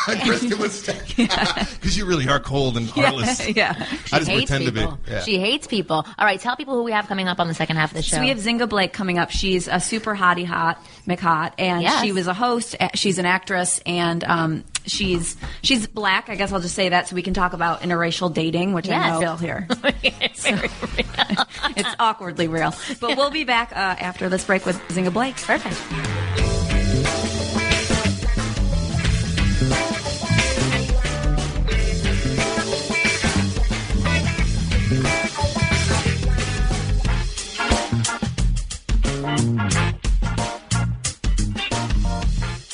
Speaker 6: Kristen was because you really are cold and heartless.
Speaker 5: yeah.
Speaker 6: I just
Speaker 7: She hates
Speaker 6: pretend
Speaker 7: people.
Speaker 6: to be. Yeah.
Speaker 7: She hates people. All right, tell people who we have coming up on the second half of the show.
Speaker 5: So we have Zinga Blake coming up. She's a super hottie hot McHot, and
Speaker 7: Yes.
Speaker 5: she was a host. uh, She's an actress, and um, she's she's black. I guess I'll just say that so we can talk about interracial dating, which
Speaker 7: Yes.
Speaker 5: I know still here. it's awkwardly real, but we'll be back uh, after this break with Zinga Blake.
Speaker 7: perfect.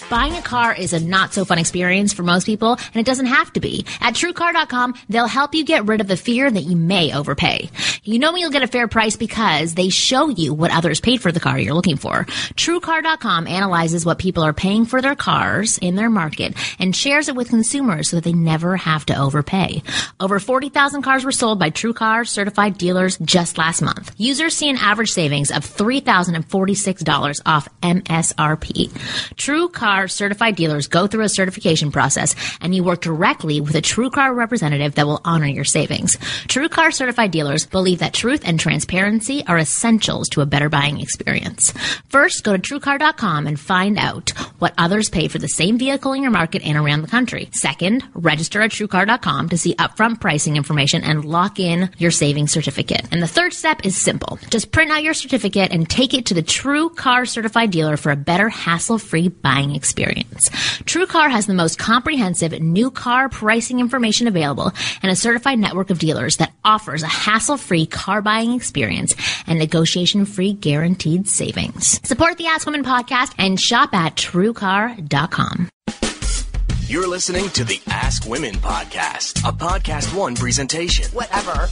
Speaker 7: Buying a car is a not so fun experience for most people, and it doesn't have to be. At TrueCar.com, they'll help you get rid of the fear that you may overpay. You know when you'll get a fair price because they show you what others paid for the car you're looking for. TrueCar.com analyzes what people are paying for their cars in their market and shares it with consumers so that they never have to overpay. Over 40,000 cars were sold by TrueCar certified dealers just last month. Users see an average savings of $3,046 off MSRP. True Car certified dealers go through a certification process and you work directly with a True Car representative that will honor your savings. True Car certified dealers believe that truth and transparency are essentials to a better buying experience. First, go to truecar.com and find out what others pay for the same vehicle in your market and around the country. Second, register at truecar.com to see upfront pricing information and lock in your savings certificate. And the third step is simple. Just print out your certificate and take it to the True Car certified dealer for a better hassle-free buying experience. True Car has the most comprehensive new car pricing information available and a certified network of dealers that offers a hassle-free car buying experience and negotiation-free guaranteed savings. Support the Ask Women podcast and shop at truecar.com.
Speaker 3: You're listening to the Ask Women Podcast, a Podcast One presentation.
Speaker 7: Whatever.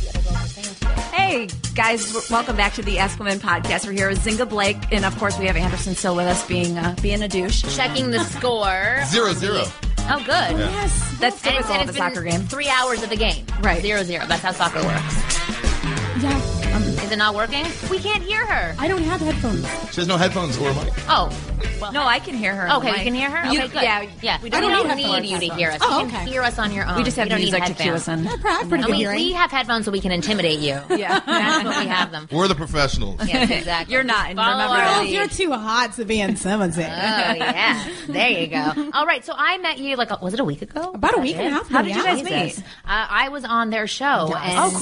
Speaker 5: Hey guys, w- welcome back to the Ask Women podcast. We're here with Zinga Blake, and of course we have Anderson still with us, being uh, being a douche.
Speaker 7: Checking the score.
Speaker 6: Zero zero.
Speaker 7: Oh, good.
Speaker 5: Yes, that's
Speaker 7: And it's,
Speaker 5: typical
Speaker 7: and
Speaker 5: of a
Speaker 7: it's been
Speaker 5: soccer game.
Speaker 7: three hours of the game.
Speaker 5: Right.
Speaker 7: Zero zero. That's how soccer works.
Speaker 9: Yeah,
Speaker 5: Um,
Speaker 7: Is it not working? We can't hear her.
Speaker 9: I don't have headphones.
Speaker 6: She has no headphones or a mic.
Speaker 7: Oh. Well,
Speaker 5: No, I can hear her.
Speaker 7: Okay, we
Speaker 5: Mike.
Speaker 7: can hear her.
Speaker 5: Oh You-
Speaker 7: okay, good.
Speaker 5: Yeah,
Speaker 7: yeah.
Speaker 5: We
Speaker 7: We
Speaker 5: don't,
Speaker 7: don't,
Speaker 9: I don't
Speaker 5: have
Speaker 9: need
Speaker 5: headphones.
Speaker 7: need you to hear us.
Speaker 9: Oh,
Speaker 7: you can
Speaker 9: okay.
Speaker 7: hear us on your own.
Speaker 5: We just have
Speaker 7: you don't need
Speaker 5: music to
Speaker 7: headphones.
Speaker 5: cue us in.
Speaker 9: I have pretty
Speaker 7: And
Speaker 9: good
Speaker 7: we,
Speaker 9: hearing.
Speaker 7: we have headphones so we can intimidate you.
Speaker 5: Yeah.
Speaker 7: That's what we have them.
Speaker 6: We're the professionals.
Speaker 7: Yes, exactly.
Speaker 5: You're not, and
Speaker 7: Follow
Speaker 5: remember
Speaker 7: our
Speaker 5: that.
Speaker 9: Girls,
Speaker 7: lead.
Speaker 9: you're too hot to be in someone's head.
Speaker 7: Oh yeah, there you go. All right, so I met you like a, was it a week ago?
Speaker 9: About a week and a half.
Speaker 5: How
Speaker 9: ago,
Speaker 5: did you
Speaker 9: yeah.
Speaker 5: guys meet?
Speaker 7: Jesus. Uh, I was on their show. And
Speaker 5: Oh,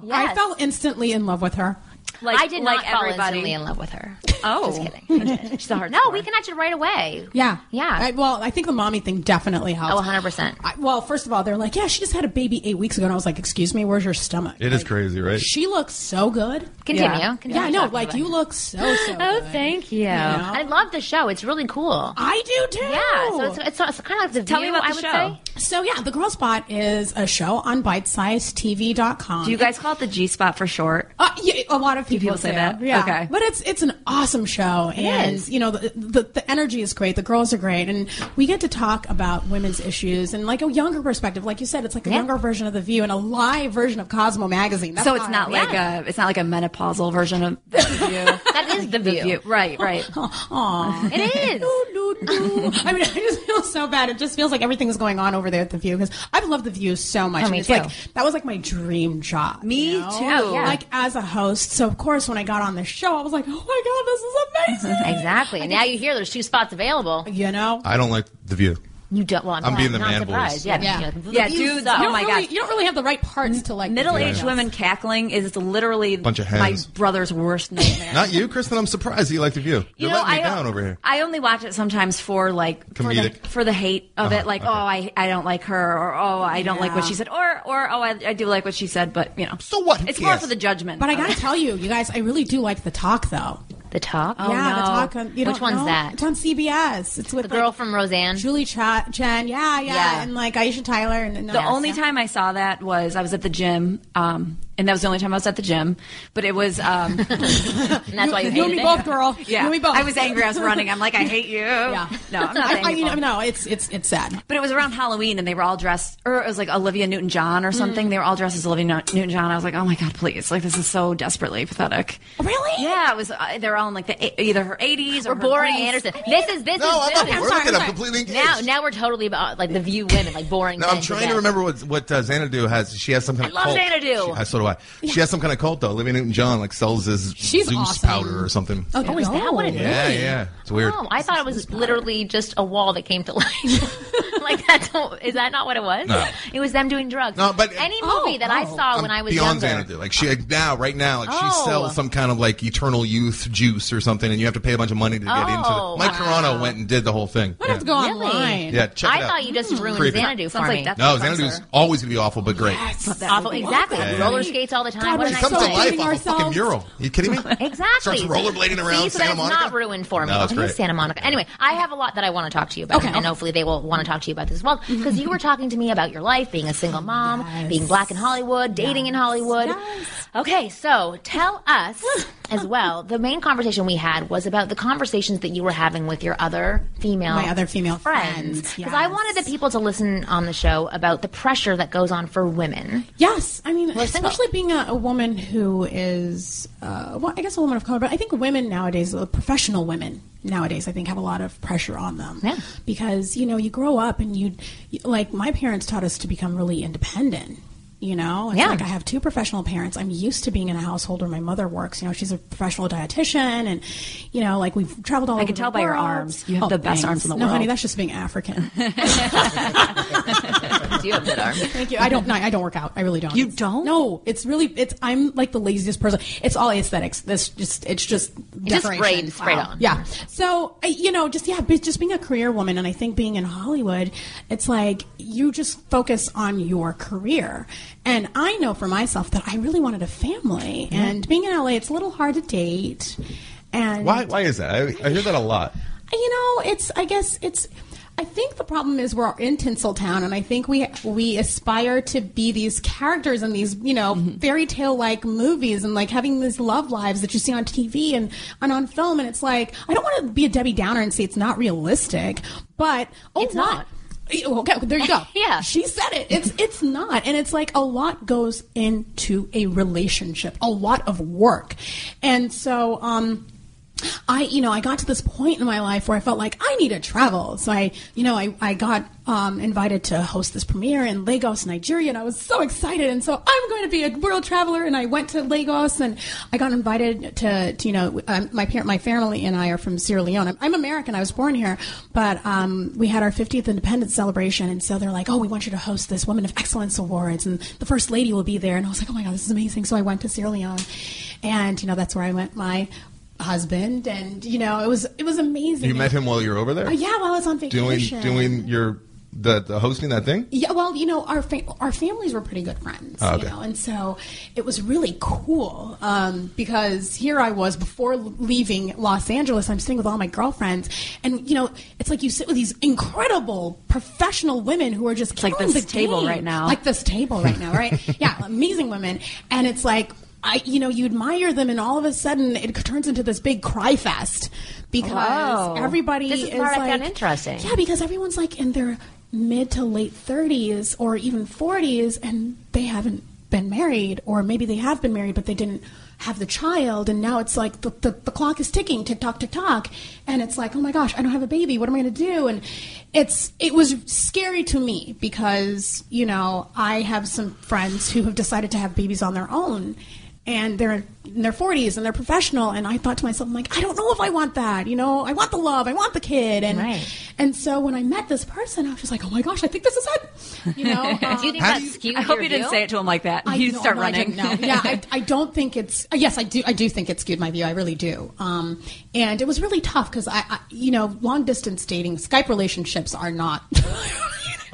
Speaker 5: cool.
Speaker 7: Yes.
Speaker 9: I fell instantly in love with her.
Speaker 5: Like,
Speaker 7: I did
Speaker 5: like
Speaker 7: not fall
Speaker 5: everybody.
Speaker 7: instantly in love with her.
Speaker 5: Oh,
Speaker 7: Just kidding.
Speaker 5: She's a hard.
Speaker 7: no, we connected right away.
Speaker 9: Yeah,
Speaker 7: Yeah.
Speaker 9: I, well, I think the mommy thing definitely helped.
Speaker 7: Oh, 100%.
Speaker 9: I, well, first of all, they're like, yeah, she just had a baby eight weeks ago, and I was like, excuse me, where's your stomach?
Speaker 6: It is crazy, right?
Speaker 9: She looks so good.
Speaker 7: Continue.
Speaker 5: Yeah.
Speaker 7: Continue
Speaker 9: yeah, no,
Speaker 7: talking
Speaker 9: like
Speaker 7: about
Speaker 9: you
Speaker 7: it.
Speaker 9: look so so. oh, good.
Speaker 7: Thank you. I love the show. It's really cool.
Speaker 9: I do too.
Speaker 7: Yeah, so it's, it's, it's kind of like the
Speaker 5: Tell me
Speaker 7: view,
Speaker 5: about the
Speaker 7: I would
Speaker 5: show.
Speaker 7: say.
Speaker 9: So yeah, the Girl Spot is a show on BiteSizeTV.com.
Speaker 5: Do you guys call it the G spot for short?
Speaker 9: Uh, yeah, a lot of people,
Speaker 5: people say
Speaker 9: do.
Speaker 5: that?
Speaker 9: Yeah.
Speaker 5: Okay.
Speaker 9: But it's it's an awesome show, and
Speaker 7: is.
Speaker 9: you know the, the the energy is great. The girls are great, and we get to talk about women's issues and like a younger perspective. Like you said, it's like a
Speaker 7: Yeah.
Speaker 9: younger version of the View and a live version of Cosmo magazine. That's
Speaker 5: Oh, So it's
Speaker 9: how I
Speaker 5: not
Speaker 9: read
Speaker 5: like a it's not like a menopausal version of Oh, the view.
Speaker 7: That is the
Speaker 5: The view.
Speaker 7: view.
Speaker 5: Right, right.
Speaker 7: It is.
Speaker 9: it. Doo, doo, doo. I mean, I just feel so bad. It just feels like everything is going on over there at the View because I've loved the View so much.
Speaker 7: Oh,
Speaker 9: and
Speaker 7: me
Speaker 9: it's
Speaker 7: too.
Speaker 9: like that was like my dream job.
Speaker 5: Me
Speaker 9: you know?
Speaker 5: too. Oh, yeah.
Speaker 9: Like as a host, so of course when I got on the show, I was like, oh my god, this is amazing.
Speaker 7: Exactly. And now you hear there's two spots available.
Speaker 9: You know,
Speaker 6: I don't like the view.
Speaker 1: You don't. Well, I'm,
Speaker 6: I'm
Speaker 1: glad-
Speaker 6: being the
Speaker 1: no, I'm
Speaker 6: man voice.
Speaker 1: surprised. Yeah,
Speaker 9: Yeah.
Speaker 1: because, you know,
Speaker 5: Yeah,
Speaker 1: you
Speaker 5: dudes.
Speaker 1: suck.
Speaker 5: Oh
Speaker 9: don't
Speaker 5: my
Speaker 9: really,
Speaker 5: god.
Speaker 9: You don't really have the right parts to like
Speaker 5: Middle-aged
Speaker 6: Yeah.
Speaker 5: women cackling is literally
Speaker 6: Bunch of
Speaker 5: my
Speaker 6: hens.
Speaker 5: brother's worst nightmare.
Speaker 6: Not you, Kristen. I'm surprised you like the view. You're letting me down over here.
Speaker 5: I only watch it sometimes for like for the,
Speaker 6: Comedic. Uh-huh,
Speaker 5: for the hate of it, like
Speaker 6: okay.
Speaker 5: oh I, I don't like her or oh I don't like what she said or or oh I, I do like what she said, but you know
Speaker 6: So what? Who
Speaker 5: It's more
Speaker 6: cares?
Speaker 5: for the judgment.
Speaker 9: But I
Speaker 5: of
Speaker 9: gotta
Speaker 5: it.
Speaker 9: tell you, you guys, I really do like the talk though.
Speaker 1: the talk.
Speaker 9: yeah, the
Speaker 5: no.
Speaker 9: talk. On, you
Speaker 1: Oh, Which
Speaker 9: don't
Speaker 1: one's
Speaker 9: know?
Speaker 1: that?
Speaker 9: It's on CBS. It's with
Speaker 1: the girl
Speaker 9: like,
Speaker 1: from Roseanne.
Speaker 9: Julie Cha- Chen. Yeah, yeah,
Speaker 1: Yeah.
Speaker 9: and like Aisha Tyler and, and
Speaker 5: The only time I saw that was I was at the gym, um, and that was the only time I was at the gym. But it was, um,
Speaker 1: and that's why you
Speaker 9: You and
Speaker 1: hated
Speaker 9: me
Speaker 1: it.
Speaker 9: both, girl. You
Speaker 5: yeah,
Speaker 9: and me both.
Speaker 5: I was angry. I was running. I'm like, I hate you.
Speaker 9: Yeah.
Speaker 5: No, I'm not
Speaker 9: I, I, you
Speaker 5: thankful.
Speaker 9: know, no, it's it's it's sad.
Speaker 5: But it was around Halloween, and they were all dressed, or it was like Olivia Newton John or
Speaker 9: Mm.
Speaker 5: something. They were all dressed as Olivia Newton John. I was like, oh my god, please! Like this is so desperately pathetic.
Speaker 9: Oh, Really?
Speaker 5: Yeah, it was. Uh, they're all in like the eight- either her 80s or
Speaker 1: We're
Speaker 5: her
Speaker 1: boring
Speaker 5: 20s.
Speaker 1: Anderson. This is this
Speaker 6: No,
Speaker 1: is
Speaker 6: I'm
Speaker 1: this
Speaker 6: not
Speaker 1: is-
Speaker 6: bored with it. I'm completely engaged.
Speaker 1: Now, now we're totally about like the view women, like boring.
Speaker 6: No, I'm
Speaker 1: men
Speaker 6: trying
Speaker 1: together.
Speaker 6: to remember what what uh, Xanadu has. She has some kind
Speaker 1: I
Speaker 6: of
Speaker 1: love
Speaker 6: cult.
Speaker 1: Xanadu.
Speaker 6: She, I- so do I. She has some kind of cult though. Olivia Newton John like sells his
Speaker 9: She's
Speaker 6: Zeus
Speaker 9: awesome.
Speaker 6: powder or something.
Speaker 1: Oh, is that what it is?
Speaker 6: yeah, yeah. It's weird.
Speaker 1: Oh, I thought it was literally just a wall that came to life. like that's is that not what it was?
Speaker 6: No.
Speaker 1: It was them doing drugs.
Speaker 6: No, but-
Speaker 1: any
Speaker 9: Oh,
Speaker 1: movie that I
Speaker 9: oh.
Speaker 1: saw
Speaker 6: I'm
Speaker 1: when I was
Speaker 6: beyond
Speaker 1: younger.
Speaker 6: Xanadu. Like she like, now, right now, like
Speaker 1: Oh.
Speaker 6: she sells some kind of like eternal youth juice or something, and you have to pay a bunch of money to get into
Speaker 1: Oh,
Speaker 6: it. Mike Carano went and did the whole thing.
Speaker 9: I
Speaker 6: yeah.
Speaker 9: have to go
Speaker 1: Really?
Speaker 9: online.
Speaker 6: Yeah, check
Speaker 1: I
Speaker 6: it out. Mm.
Speaker 1: thought you just ruined
Speaker 6: Creepy.
Speaker 1: Xanadu for
Speaker 5: Sounds
Speaker 1: me.
Speaker 5: like that's
Speaker 6: no,
Speaker 5: the
Speaker 6: Xanadu's
Speaker 5: sponsor.
Speaker 6: always gonna be awful, but great.
Speaker 5: That
Speaker 1: awful.
Speaker 5: would be-
Speaker 1: Exactly.
Speaker 6: Yeah, yeah,
Speaker 1: Roller
Speaker 9: yeah.
Speaker 1: skates all the time.
Speaker 9: God,
Speaker 1: What
Speaker 9: we're
Speaker 1: an
Speaker 6: She comes to
Speaker 9: Stop
Speaker 1: idea.
Speaker 6: life
Speaker 9: dating
Speaker 6: off a fucking
Speaker 9: ourselves.
Speaker 6: mural. you kidding me?
Speaker 1: Exactly.
Speaker 6: Starts rollerblading around
Speaker 1: See, so
Speaker 6: Santa
Speaker 1: that's
Speaker 6: Monica.
Speaker 1: not ruined for me.
Speaker 6: No, it's
Speaker 1: I
Speaker 6: great.
Speaker 1: hate Santa Monica. Anyway, I have a lot that I want to talk to you about,
Speaker 9: Okay.
Speaker 1: and hopefully they will want to talk to you about this as well. Because you were talking to me about your life, being a single mom,
Speaker 9: Yes.
Speaker 1: being black in Hollywood, dating in Hollywood.
Speaker 9: Yes.
Speaker 1: Okay, so tell us as well. The main conversation we had was about the conversations that you were having with your other female,
Speaker 9: My other female
Speaker 1: friends.
Speaker 9: friends,
Speaker 1: Because I
Speaker 9: yes.
Speaker 1: wanted the people to listen on the show about the pressure that goes on for women.
Speaker 9: Yes, I mean,
Speaker 1: single.
Speaker 9: especially being a, a woman who is, uh, well, I guess a woman of color, but I think women nowadays, uh, professional women nowadays, I think have a lot of pressure on them.
Speaker 1: Yeah.
Speaker 9: Because you know, you grow up and you, you like, my parents taught us to become really independent. You know, it's
Speaker 1: Yeah.
Speaker 9: like I have two professional parents. I'm used to being in a household where my mother works. You know, she's a professional dietitian, and you know, like we've traveled all. I over
Speaker 5: can
Speaker 9: the
Speaker 5: tell by your
Speaker 9: world. Oh,
Speaker 5: arms. You have the best arms in the
Speaker 9: No, honey,
Speaker 5: world.
Speaker 9: that's just being African.
Speaker 1: Do you have that arm?
Speaker 9: Thank you. I don't. No, I don't work out. I really don't.
Speaker 5: You
Speaker 9: It's-
Speaker 5: don't?
Speaker 9: No. It's really. It's. I'm like the laziest person. It's all aesthetics. This just. It's just.
Speaker 1: just
Speaker 9: decoration.
Speaker 1: sprayed- sprayed on.
Speaker 9: Yeah. So I- you know, just yeah, but just being a career woman, and I think being in Hollywood, it's like you just focus on your career. And I know for myself that I really wanted a family, and being in LA, it's a little hard to date. And
Speaker 6: Why? Why is that? I, I hear that a lot.
Speaker 9: you know, it's. I guess it's. I think the problem is we're in Tinseltown, and I think we we aspire to be these characters in these you know
Speaker 1: Mm-hmm.
Speaker 9: fairy tale like movies, and like having these love lives that you see on TV and, and on film, and it's like I don't want to be a Debbie Downer and say it's not realistic, but oh,
Speaker 1: It's
Speaker 9: what?
Speaker 1: not.
Speaker 9: Oh, Okay, there you go.
Speaker 1: Yeah.
Speaker 9: she said it. It's it's not, and it's like a lot goes into a relationship, a lot of work, and so um, I you know I got to this point in my life where I felt like I need to travel, so I you know I I got um, invited to host this premiere in Lagos, Nigeria, and I was so excited, and so I'm going to be a world traveler, and I went to Lagos, and I got invited to, to you know um, my parent my family and I are from Sierra Leone. I'm, I'm American, I was born here, but um, we had our 50th independence celebration, and so they're like, oh, we want you to host this Women of Excellence Awards, and the first lady will be there, and I was like, oh my god, this is amazing. So I went to Sierra Leone, and you know that's where I met my husband, and you know it was it was amazing.
Speaker 6: You met him while you were over there.
Speaker 9: Uh, yeah, while I was on
Speaker 6: doing
Speaker 9: vacation.
Speaker 6: doing your the, the hosting that thing.
Speaker 9: Yeah, well, you know, our fa- our families were pretty good friends,
Speaker 6: Oh, okay.
Speaker 9: you know, and so it was really cool um, because here I was before leaving Los Angeles. I'm sitting with all my girlfriends, and you know, it's like you sit with these incredible professional women who are just
Speaker 5: like
Speaker 9: killing
Speaker 5: this
Speaker 9: the
Speaker 5: table
Speaker 9: game.
Speaker 5: right now.
Speaker 9: like this table right now, right? yeah, amazing women, and it's like. I, you know, you admire them, and all of a sudden, it turns into this big cry fest because
Speaker 5: Oh,
Speaker 1: Whoa.
Speaker 9: everybody
Speaker 1: This is
Speaker 9: is
Speaker 1: part I
Speaker 9: like
Speaker 1: found interesting.
Speaker 9: Yeah, because everyone's like in their mid to late 30s or even 40s and they haven't been married or maybe they have been married but they didn't have the child and now it's like the, the, the clock is ticking tick tock tick tock and it's like oh my gosh i don't have a baby what am i going to do and it's it was scary to me because you know i have some friends who have decided to have babies on their own and they're in their 40s and they're professional and i thought to myself i'm like i don't know if i want that you know i want the love i want the kid and
Speaker 1: Right.
Speaker 9: and so when i met this person i was just like oh my gosh i think this is it you know um,
Speaker 7: Do you think
Speaker 6: How
Speaker 7: that
Speaker 6: do you-
Speaker 7: skews
Speaker 5: I hope
Speaker 7: your
Speaker 5: you didn't
Speaker 7: view?
Speaker 5: say it to him like that. you
Speaker 9: know-
Speaker 5: start
Speaker 9: no, I
Speaker 5: running.
Speaker 9: didn't know. Yeah, I, I don't think it's. uh, Yes, I do. I do think it skewed my view. I really do. Um, and it was really tough because I, I, you know, long distance dating, Skype relationships are not.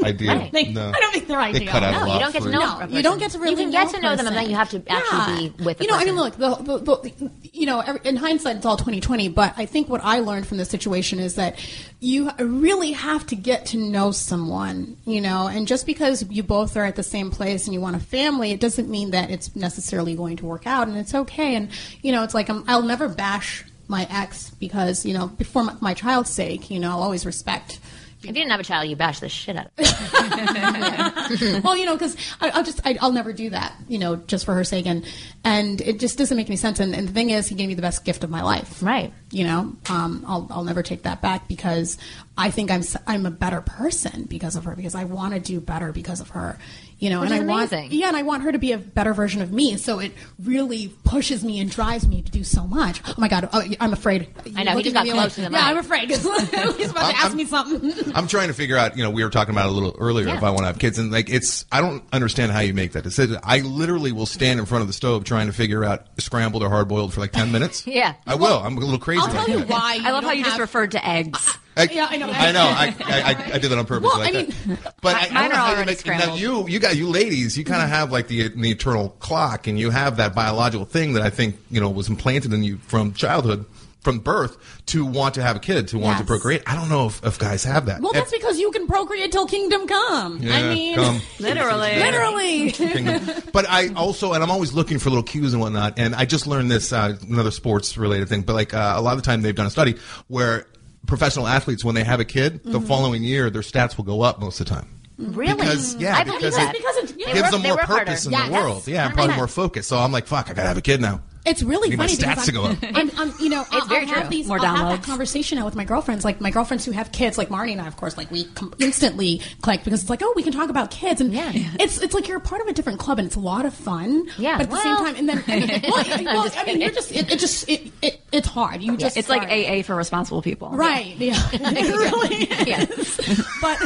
Speaker 6: Ideal.
Speaker 1: Right.
Speaker 9: They-
Speaker 6: No.
Speaker 9: I don't think they're
Speaker 6: They
Speaker 9: ideal.
Speaker 6: cut out a
Speaker 1: No, you
Speaker 6: lot
Speaker 1: don't get
Speaker 6: for
Speaker 1: to
Speaker 6: it.
Speaker 1: know.
Speaker 9: No,
Speaker 1: a
Speaker 9: you don't
Speaker 1: person.
Speaker 9: get to really
Speaker 1: You can get
Speaker 9: know
Speaker 1: to know them, and
Speaker 9: person.
Speaker 1: then you have to actually be with. The
Speaker 9: you know,
Speaker 1: person.
Speaker 9: I mean, look, the, the, the, you know, every, in hindsight, it's all 2020. But I think what I learned from this situation is that you really have to get to know someone, you know. And just because you both are at the same place and you want a family, it doesn't mean that it's necessarily going to work out, and it's okay. And you know, it's like I'm, I'll never bash my ex because you know, before my, my child's sake, you know, I'll always respect.
Speaker 1: if you didn't have a child, you bash the shit out of. it. Mm.
Speaker 9: well, you know, because I'll just I, I'll never do that, you know, just for her sake, and and it just doesn't make any sense. And, and the thing is, he gave me the best gift of my life,
Speaker 1: Right.
Speaker 9: You know, um, I'll I'll never take that back because I think I'm s- I'm a better person because of her because I want to do better because of her, you know,
Speaker 1: Which
Speaker 9: and
Speaker 1: is
Speaker 9: I
Speaker 1: amazing.
Speaker 9: want yeah, and I want her to be a better version of me. So it really pushes me and drives me to do so much. Oh my God, oh, I'm afraid.
Speaker 1: I know, he
Speaker 9: Look
Speaker 1: just
Speaker 9: at
Speaker 1: got
Speaker 9: me
Speaker 1: close
Speaker 9: like-
Speaker 1: to the
Speaker 9: Yeah,
Speaker 1: mic.
Speaker 9: I'm afraid 'cause he's about to ask
Speaker 6: I'm-
Speaker 9: me something.
Speaker 6: I'm trying to figure out. You know, we were talking about it a little earlier.
Speaker 1: Yeah.
Speaker 6: If I want to have kids, and like, it's I don't understand how you make that decision. I literally will stand in front of the stove trying to figure out scrambled or hard boiled for like ten minutes.
Speaker 1: Yeah.
Speaker 6: I will. I'm a little crazy.
Speaker 9: I'll tell
Speaker 6: like
Speaker 9: you
Speaker 6: that.
Speaker 9: why.
Speaker 5: I love how
Speaker 9: don't
Speaker 5: you just
Speaker 9: have-
Speaker 5: referred to eggs.
Speaker 6: I,
Speaker 9: Yeah, I know.
Speaker 6: I know. I, I, I, I did that on purpose.
Speaker 9: Well,
Speaker 6: like
Speaker 9: I mean-
Speaker 6: that. but I, I
Speaker 5: Mine
Speaker 6: don't know
Speaker 5: are
Speaker 6: how you
Speaker 5: already
Speaker 6: make now
Speaker 5: scrambled.
Speaker 6: you you got you ladies. You kind of have like the the eternal clock, and you have that biological thing that I think you know was implanted in you from childhood. From birth to want to have a kid, to want to
Speaker 9: Yes.
Speaker 6: procreate. I don't know if, if guys have that.
Speaker 9: Well, that's
Speaker 6: If-
Speaker 9: because you can procreate till kingdom come.
Speaker 6: Yeah,
Speaker 9: I mean,
Speaker 6: come.
Speaker 5: Literally.
Speaker 9: literally.
Speaker 6: Kingdom. But I also, and I'm always looking for little cues and whatnot. And I just learned this uh, another sports related thing, but like uh, a lot of the time they've done a study where professional athletes, when they have a kid, the following year their stats will go up most of the time.
Speaker 1: Really?
Speaker 6: Because
Speaker 7: Mm.
Speaker 6: yeah,
Speaker 1: I believe
Speaker 6: because
Speaker 1: that.
Speaker 6: it
Speaker 9: Because it's- yeah.
Speaker 1: They
Speaker 6: gives them
Speaker 1: work- they
Speaker 6: more
Speaker 1: work
Speaker 6: purpose
Speaker 1: harder.
Speaker 6: in the
Speaker 9: Yes,
Speaker 6: world. Yeah, and probably
Speaker 1: 100%.
Speaker 6: more focus. So I'm like, fuck, I gotta have a kid now.
Speaker 9: It's really
Speaker 6: Need my
Speaker 9: funny
Speaker 6: stats
Speaker 9: because
Speaker 6: to go up.
Speaker 9: I'm, I'm, I'm, you know, I'll,
Speaker 5: very
Speaker 9: I'll have
Speaker 5: true.
Speaker 9: these,
Speaker 5: More
Speaker 9: I'll have
Speaker 5: downloads.
Speaker 9: that conversation now with my girlfriends, like my girlfriends who have kids, like Marnie and I, of course, like we com- instantly click because it's like, oh, we can talk about kids, and
Speaker 1: Yeah.
Speaker 9: it's it's like you're a part of a different club, and it's a lot of fun.
Speaker 1: Yeah,
Speaker 9: but at the same
Speaker 1: well-
Speaker 9: time, and then, and, well, I- well, I mean, you're just it, it just it, it it's hard. You just
Speaker 5: It's like AA for responsible people.
Speaker 9: Right. Yeah. it really is. But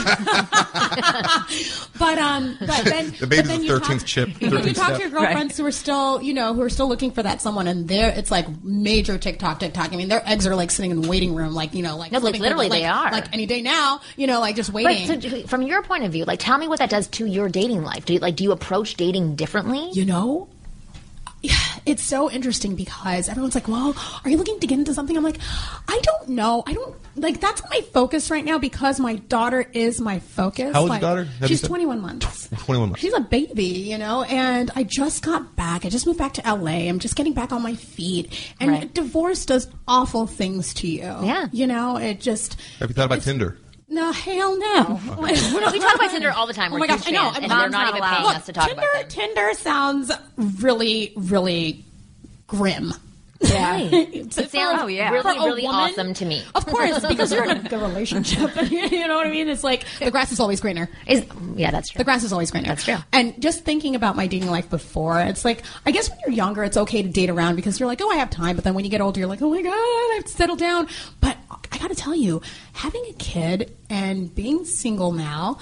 Speaker 9: but um but then
Speaker 6: The baby's
Speaker 9: but then
Speaker 6: the
Speaker 9: you
Speaker 6: 13th
Speaker 9: talk,
Speaker 6: chip,
Speaker 9: You,
Speaker 6: 13th
Speaker 9: talk
Speaker 6: step.
Speaker 9: to your girlfriends who are still you know who are still looking for that someone, and they're it's like major TikTok TikTok. I mean, their eggs are like sitting in the waiting room, like you know, like
Speaker 1: No, like,
Speaker 9: flipping
Speaker 1: literally
Speaker 9: through, like-
Speaker 1: they are.
Speaker 9: like any day now, you know, like just waiting.
Speaker 1: But so, from your point of view, like, tell me what that does to your dating life. Do you like? Do you approach dating differently?
Speaker 9: you know it's so interesting because everyone's like well are you looking to get into something i'm like i don't know i don't like that's my focus right now because my daughter is my focus
Speaker 6: How old's your
Speaker 9: Like,
Speaker 6: daughter? Have you
Speaker 9: she's
Speaker 6: said-
Speaker 9: 21 months
Speaker 6: 21 months.
Speaker 9: she's a baby you know and i just got back i just moved back to la i'm just getting back on my feet and
Speaker 1: Right.
Speaker 9: divorce does awful things to you
Speaker 1: Yeah.
Speaker 9: you know it just
Speaker 6: Have you thought about Tinder?
Speaker 9: no hell no
Speaker 1: Oh, we talk about Tinder all the time.
Speaker 9: Oh
Speaker 1: We're
Speaker 9: my gosh,
Speaker 1: huge
Speaker 9: I know.
Speaker 1: fans,
Speaker 9: I'm-
Speaker 1: and
Speaker 9: Mom's
Speaker 1: they're not,
Speaker 5: not
Speaker 1: even
Speaker 5: allowed.
Speaker 1: paying
Speaker 9: Look,
Speaker 1: us to talk
Speaker 9: Tinder,
Speaker 1: about them.
Speaker 9: Tinder sounds really, really grim.
Speaker 5: Yeah.
Speaker 1: It sounds
Speaker 5: Oh, yeah.
Speaker 1: really,
Speaker 9: For a
Speaker 1: really
Speaker 9: woman?
Speaker 1: awesome to me.
Speaker 9: Of course, because you're in a good relationship. you know what I mean? It's like the grass is always greener.
Speaker 1: Is, yeah, that's true.
Speaker 9: The grass is always greener.
Speaker 1: That's true.
Speaker 9: And just thinking about my dating life before, it's like I guess when you're younger, it's okay to date around because you're like, oh, I have time. But then when you get older, you're like, oh my god, I have to settle down. But I got to tell you, having a kid and being single now,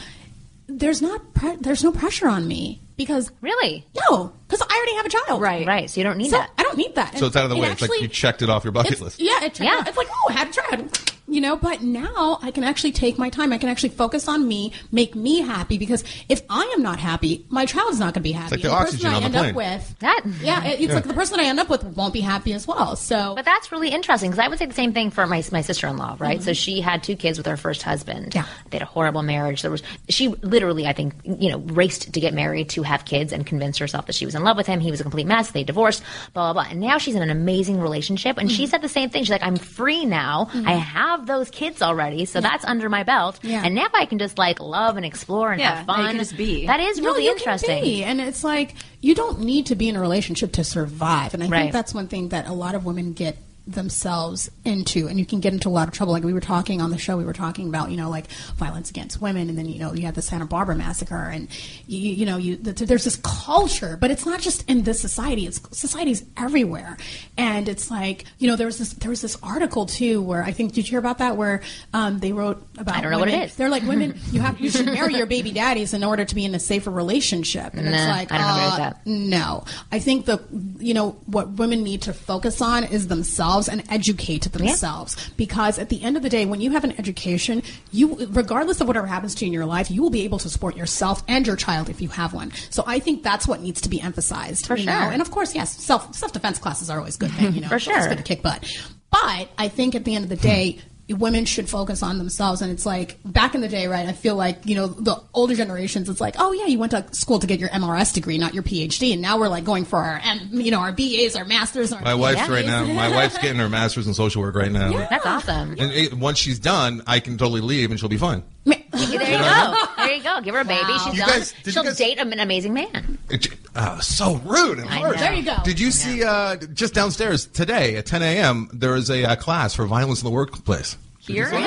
Speaker 9: there's not pre- there's no pressure on me because
Speaker 1: Really?
Speaker 9: no, because I already have a child.
Speaker 5: Right.
Speaker 1: Right. So you don't need
Speaker 9: So
Speaker 1: that.
Speaker 9: I don't need that.
Speaker 6: So it's out of the
Speaker 9: It
Speaker 6: way. it's like
Speaker 9: actually-
Speaker 6: you checked it off your bucket
Speaker 9: it's- e-
Speaker 6: list.
Speaker 9: Yeah, it
Speaker 1: Yeah.
Speaker 9: yeah. It's like, oh, I had a child. You know, but now I can actually take my time. I can actually focus on me, make me happy. Because if I am not happy, my child's not going to be happy.
Speaker 6: like the
Speaker 9: person
Speaker 6: oxygen
Speaker 9: I
Speaker 6: on the
Speaker 9: end
Speaker 6: plane.
Speaker 9: up with,
Speaker 1: That-
Speaker 9: yeah, it- it's like the person I end up with won't be happy as well. So,
Speaker 1: But that's really interesting because I would say the same thing for my my sister in law, right? So she had two kids with her first husband.
Speaker 9: Yeah.
Speaker 1: they had a horrible marriage. There was she literally, I think, you know, raced to get married to have kids and convinced herself that she was in love with him. He was a complete mess. They divorced, blah blah blah. And now she's in an amazing relationship, and she said the same thing. She's like, "I'm free now. I have those kids already, so that's under my belt,
Speaker 9: Yeah.
Speaker 1: and now I can just like love and explore and
Speaker 5: Yeah,
Speaker 1: have
Speaker 5: now you
Speaker 1: fun.
Speaker 5: can just be.
Speaker 1: That is
Speaker 9: No,
Speaker 1: really
Speaker 9: you can
Speaker 1: interesting.
Speaker 9: be. And it's like you don't need to be in a relationship to survive. And I
Speaker 1: Right.
Speaker 9: think that's one thing that a lot of women get themselves into and you can get into a lot of trouble like we were talking on the show we were talking about you know like violence against women and then you know you had the santa barbara massacre and you, you you know you th- there's this culture but it's not just in this society it's society's everywhere and it's like you know there was this there was this article too where i think did you hear about that where um, they wrote about
Speaker 1: I don't know what it
Speaker 9: women-
Speaker 1: is.
Speaker 9: they're like women you have you should marry your baby daddies in order to be in a safer relationship and it's
Speaker 1: Nah,
Speaker 9: like
Speaker 1: I don't agree with
Speaker 9: uh,
Speaker 1: that.
Speaker 9: no, I think the you know what women need to focus on is themselves and educate themselves because at the end of the day, when you have an education, you regardless of whatever happens to you in your life, you will be able to support yourself and your child if you have one. So I think that's what needs to be emphasized for
Speaker 1: sure.
Speaker 9: And of course, yes, self self defense classes are always a good thing. You know,
Speaker 1: For
Speaker 9: It's always
Speaker 1: sure.
Speaker 9: good to kick butt. But I think at the end of the day. Women should focus on themselves, and it's like back in the day, right? I feel like you know the older generations. It's like, oh yeah, you went to school to get your MRS degree, not your PhD, and now we're like going for our, M, you know, our BAs, our masters. Our
Speaker 6: My wife's right now. My wife's getting her master's in social work right now.
Speaker 1: That's awesome.
Speaker 6: And it, once she's done, I can totally leave and she'll be fine.
Speaker 1: There you go. There you go. Give her a baby. She's
Speaker 6: You
Speaker 1: done.
Speaker 6: guys- did you
Speaker 1: She'll
Speaker 6: guys-
Speaker 1: date an amazing man.
Speaker 6: It, uh, so rude and harsh.
Speaker 1: know. There you
Speaker 9: go.
Speaker 6: Did you see uh, just downstairs today at 10 a.m. There is a uh, class for violence in the workplace.
Speaker 5: Here?
Speaker 6: Yeah.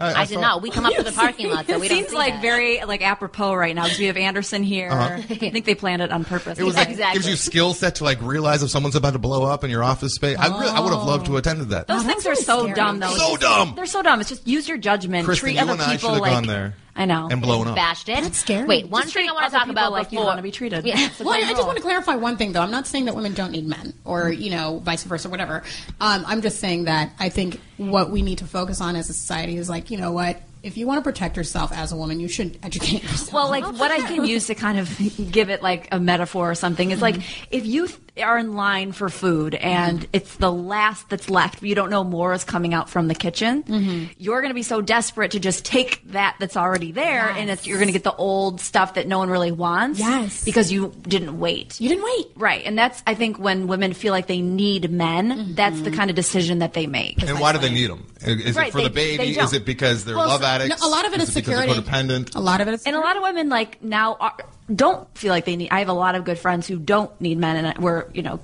Speaker 1: I, did
Speaker 6: saw-
Speaker 1: not. We come up to the parking lot, so we
Speaker 5: it
Speaker 1: don't
Speaker 5: seems
Speaker 1: see
Speaker 5: like
Speaker 1: that.
Speaker 5: very like apropos right now because we have Anderson here. I think they planned it on purpose.
Speaker 6: Uh-huh. It was like
Speaker 1: Exactly.
Speaker 6: gives you skill set to like realize if someone's about to blow up in your office space. I really, I would have loved to attend to that.
Speaker 5: Oh.
Speaker 1: Oh,
Speaker 5: Those things are so dumb, though.
Speaker 6: So dumb.
Speaker 5: They're so dumb. It's just use your judgment.
Speaker 6: Kristen,
Speaker 5: treat
Speaker 6: you
Speaker 5: other
Speaker 6: and I should
Speaker 5: people
Speaker 6: have
Speaker 5: like
Speaker 6: gone there.
Speaker 5: I know.
Speaker 6: And blown up.
Speaker 1: bashed it. That's
Speaker 9: scary.
Speaker 1: Wait, one
Speaker 5: Just
Speaker 1: thing I
Speaker 5: treat
Speaker 1: want
Speaker 5: other
Speaker 1: to talk
Speaker 5: people
Speaker 1: about
Speaker 5: like you
Speaker 1: before-
Speaker 5: want to be treated.
Speaker 1: Yeah.
Speaker 5: It's the
Speaker 9: Well, I
Speaker 5: ground
Speaker 9: I just
Speaker 5: rule.
Speaker 9: want to clarify one thing, though. I'm not saying that women don't need men, or you know, vice versa, whatever. Um, I'm just saying that I think what we need to focus on as a society is like, you know what? If you want to protect yourself as a woman, you should educate yourself.
Speaker 5: Well, like what I can use to kind of give it like a metaphor or something is like if you th- are in line for food and it's the last that's left, but you don't know more is coming out from the kitchen,
Speaker 9: Mm-hmm.
Speaker 5: you're going to be so desperate to just take that that's already there and it's, you're going to get the old stuff that no one really wants
Speaker 9: Yes.
Speaker 5: because you didn't wait.
Speaker 9: you didn't wait.
Speaker 5: Right. And that's, I think, when women feel like they need men,
Speaker 9: Mm-hmm.
Speaker 5: that's the kind of decision that they make.
Speaker 6: And why do they need them? Is
Speaker 5: Right,
Speaker 6: it for
Speaker 5: they-
Speaker 6: the baby?
Speaker 5: they don't.
Speaker 6: Is it because they're
Speaker 5: Well,
Speaker 6: love
Speaker 5: so-
Speaker 9: No,
Speaker 6: addicts?
Speaker 9: a lot of it is,
Speaker 6: because
Speaker 9: security.
Speaker 6: They're codependent.
Speaker 9: A lot of it is.
Speaker 5: And a lot of women like now are, don't feel like they need. I have a lot of good friends who don't need men, and we're you know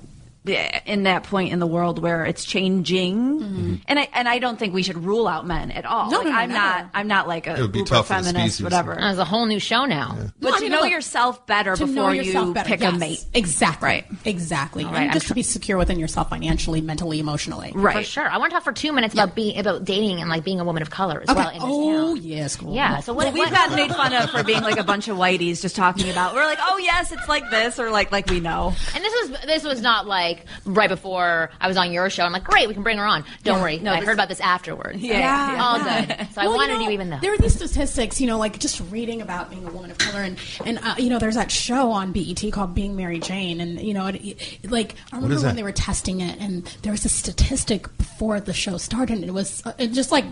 Speaker 5: in that point in the world where it's changing.
Speaker 6: Mm-hmm.
Speaker 5: And I and I don't think we should rule out men at all.
Speaker 9: No,
Speaker 5: Like,
Speaker 9: no, no,
Speaker 5: I'm
Speaker 9: no. Uh,
Speaker 5: not. I'm not like a
Speaker 6: would be
Speaker 5: uber
Speaker 6: tough for the
Speaker 5: feminist,
Speaker 6: species.
Speaker 5: whatever.
Speaker 1: There's a whole new show now.
Speaker 5: but
Speaker 9: No, I
Speaker 5: to
Speaker 9: mean,
Speaker 5: know
Speaker 9: look,
Speaker 5: yourself better
Speaker 9: to know
Speaker 5: before
Speaker 9: yourself
Speaker 5: you
Speaker 9: better.
Speaker 5: pick
Speaker 9: yes.
Speaker 5: a mate.
Speaker 9: Exactly.
Speaker 5: Right.
Speaker 9: Exactly.
Speaker 1: right,
Speaker 9: and
Speaker 1: I'm
Speaker 9: just to
Speaker 1: tr-
Speaker 9: be secure within yourself financially, mentally, emotionally.
Speaker 5: Right.
Speaker 1: For sure. I want to talk for two minutes about being about dating and like being a woman of color as
Speaker 9: Okay.
Speaker 1: well. In this
Speaker 9: oh
Speaker 1: town.
Speaker 9: yes. girl.
Speaker 1: Yeah. So what?
Speaker 5: Well, we've
Speaker 1: what-
Speaker 5: gotten made fun of for being like a bunch of whiteys just talking about. We're like, oh yes, it's like this, or like like we know.
Speaker 1: And this was this was not like right before I was on your show. I'm like, great, we can bring her on. Don't worry,
Speaker 5: No,
Speaker 1: I
Speaker 5: this-
Speaker 1: heard about this afterwards.
Speaker 5: yeah.
Speaker 1: all good. So I
Speaker 9: Well,
Speaker 1: wanted
Speaker 9: know,
Speaker 1: you even though.
Speaker 9: There are these statistics, you know, like just reading about being a woman of color, and and uh, you know, there's that show on BET called Being Mary Jane, and you know, it, it, like I remember
Speaker 6: is
Speaker 9: when
Speaker 6: that?
Speaker 9: they were testing it, and there was a statistic before the show started, and it was uh, it just like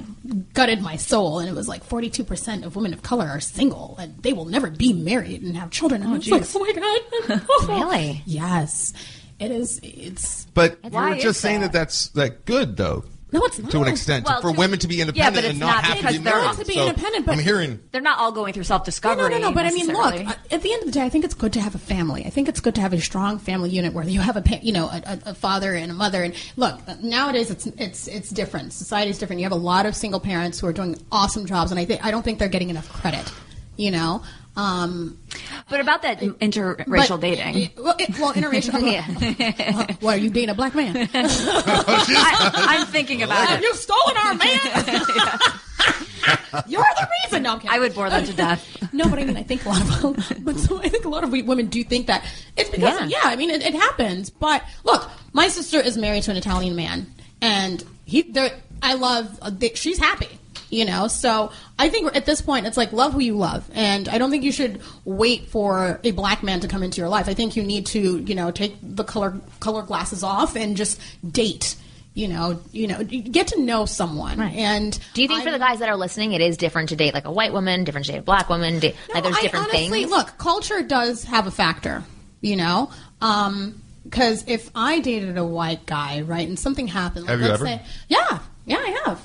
Speaker 9: gutted my soul, and it was like 42 percent of women of color are single, and they will never be married and have children. And I was like, oh my god,
Speaker 1: Really?
Speaker 9: Yes, it is. It's
Speaker 6: But you were
Speaker 5: is
Speaker 6: just saying
Speaker 5: that?
Speaker 6: that that's like good though.
Speaker 9: No, it's not.
Speaker 6: to an extent
Speaker 5: Well,
Speaker 6: for
Speaker 5: to-
Speaker 6: women to be
Speaker 5: Yeah, but
Speaker 6: independent
Speaker 5: it's
Speaker 6: and not,
Speaker 5: not
Speaker 6: have
Speaker 5: because
Speaker 6: to be
Speaker 5: they're-
Speaker 6: married.
Speaker 9: To be
Speaker 6: So,
Speaker 9: independent, but-
Speaker 6: I'm hearing
Speaker 5: They're not all going through self
Speaker 9: No,
Speaker 5: discovery.
Speaker 9: no, no, no. But I mean, look. uh, At the end of the day, I think it's good to have a family. I think it's good to have a strong family unit where you have a, pa- you know, a, a, a father and a mother. And look, uh, nowadays it's it's it's different. Society's different. You have a lot of single parents who are doing awesome jobs, and I think I don't think they're getting enough credit. You know. Um,
Speaker 5: But about that interracial
Speaker 9: but-
Speaker 5: dating.
Speaker 9: Yeah, Well, it, well interracial. yeah. Well, are you dating a black man?
Speaker 5: I, am thinking about it.
Speaker 9: You've stolen our man. You're the reason. No, I'm kidding.
Speaker 5: I would bore them to death.
Speaker 9: No, but I mean, I think a lot of, but so I think a lot of we women do think that it's because, yeah,
Speaker 1: Yeah.
Speaker 9: I mean, it, it happens. But look, my sister is married to an Italian man, and he, they're- I love. uh, They, she's happy, you know. So I think at this point, it's like love who you love, and I don't think you should wait for a black man to come into your life. I think you need to, you know, take the color color glasses off and just date. You know, you know, get to know someone, and
Speaker 1: Do you think for
Speaker 9: I'm-
Speaker 1: the guys that are listening, it is different to date like a white woman, different to date a black woman? Date, like there's
Speaker 9: I
Speaker 1: different
Speaker 9: honestly,
Speaker 1: things.
Speaker 9: Look, culture does have a factor, you know. Um 'cause because if I dated a white guy, right, and something happened, like,
Speaker 6: Have you
Speaker 9: let's
Speaker 6: ever?
Speaker 9: say, yeah, yeah, I have.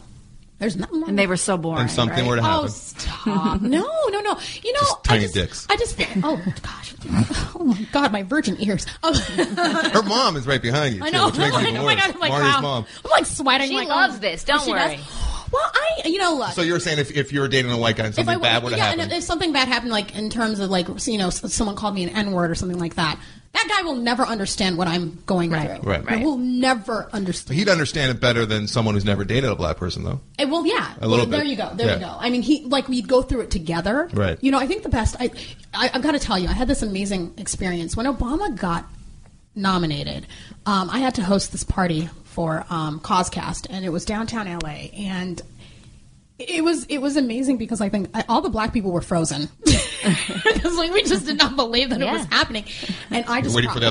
Speaker 9: There's nothing wrong.
Speaker 5: And they were so boring.
Speaker 6: and something
Speaker 5: right?
Speaker 6: were to
Speaker 9: Oh,
Speaker 6: happen.
Speaker 9: stop! no, no, no. no. You know,
Speaker 6: Just tiny
Speaker 9: I just,
Speaker 6: dicks.
Speaker 9: I just feel. Oh gosh. Oh my god, my virgin ears. Oh,
Speaker 6: Her mom is right behind you.
Speaker 9: I
Speaker 6: too,
Speaker 9: know.
Speaker 6: Which makes
Speaker 9: I'm
Speaker 6: it
Speaker 9: like,
Speaker 6: even
Speaker 9: oh my
Speaker 6: worse.
Speaker 9: god, I'm like,
Speaker 6: Marty's
Speaker 9: wow.
Speaker 6: mom.
Speaker 9: I'm like sweating.
Speaker 7: She
Speaker 9: like,
Speaker 7: loves
Speaker 9: oh,
Speaker 7: this, don't
Speaker 9: she
Speaker 7: worry.
Speaker 9: does. Well, I, you know, look.
Speaker 6: So you're saying if, if you were dating a white guy and something
Speaker 9: were-
Speaker 6: bad would have
Speaker 9: yeah,
Speaker 6: happened,
Speaker 9: and if something bad happened, like in terms of like you know, s- someone called me an N word or something like that, that guy will never understand what I'm going through.
Speaker 6: Right.
Speaker 9: He will never understand.
Speaker 6: he'd understand it better than someone who's never dated a black person, though.
Speaker 9: Eh, well, yeah.
Speaker 6: A little
Speaker 9: there
Speaker 6: bit.
Speaker 9: you go. There you
Speaker 6: Yeah.
Speaker 9: go. I mean, he like we'd go through it together.
Speaker 6: Right.
Speaker 9: You know, I think the best. I, I I've got to tell you, I had this amazing experience when Obama got nominated. Um, I had to host this party for um, Causecast, and it was downtown LA, and it was it was amazing because I think I, all the black people were frozen because like we just did not believe that it was happening, and I just
Speaker 6: waiting for the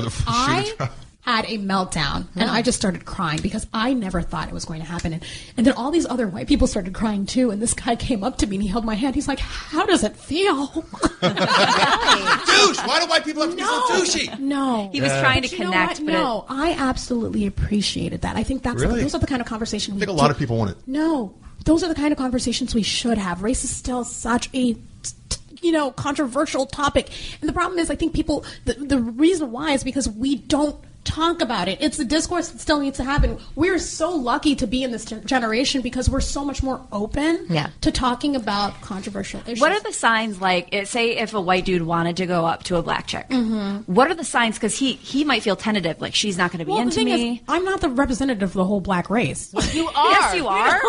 Speaker 6: other
Speaker 9: cried.
Speaker 6: shoe to
Speaker 9: I
Speaker 6: drop.
Speaker 9: had a meltdown and I just started crying because I never thought it was going to happen and, and then all these other white people started crying too and this guy came up to me and he held my hand he's like how does it feel
Speaker 6: Douche! Why do white people have to be so douchey?
Speaker 9: no
Speaker 5: He was trying to
Speaker 9: But you know
Speaker 5: connect,
Speaker 9: what?
Speaker 5: but
Speaker 9: no I absolutely appreciated that I think that's
Speaker 6: Really?
Speaker 9: the, those are the kind of conversation we
Speaker 6: I think a
Speaker 9: do-
Speaker 6: lot of people want it.
Speaker 9: No, those are the kind of conversations we should have. Race is still such a t- t- you know controversial topic, and the problem is, I think people the, the reason why is because we don't talk about it. It's the discourse that still needs to happen. We're so lucky to be in this gen- generation because we're so much more open
Speaker 1: Yeah.
Speaker 9: to talking about controversial issues.
Speaker 5: What are the signs like? It, say if a white dude wanted to go up to a black chick, what are the signs? Because he he might feel tentative, like she's not going to be
Speaker 9: well, the
Speaker 5: into
Speaker 9: thing
Speaker 5: me.
Speaker 9: is, I'm not the representative of the whole black race.
Speaker 7: You are.
Speaker 5: yes, you are.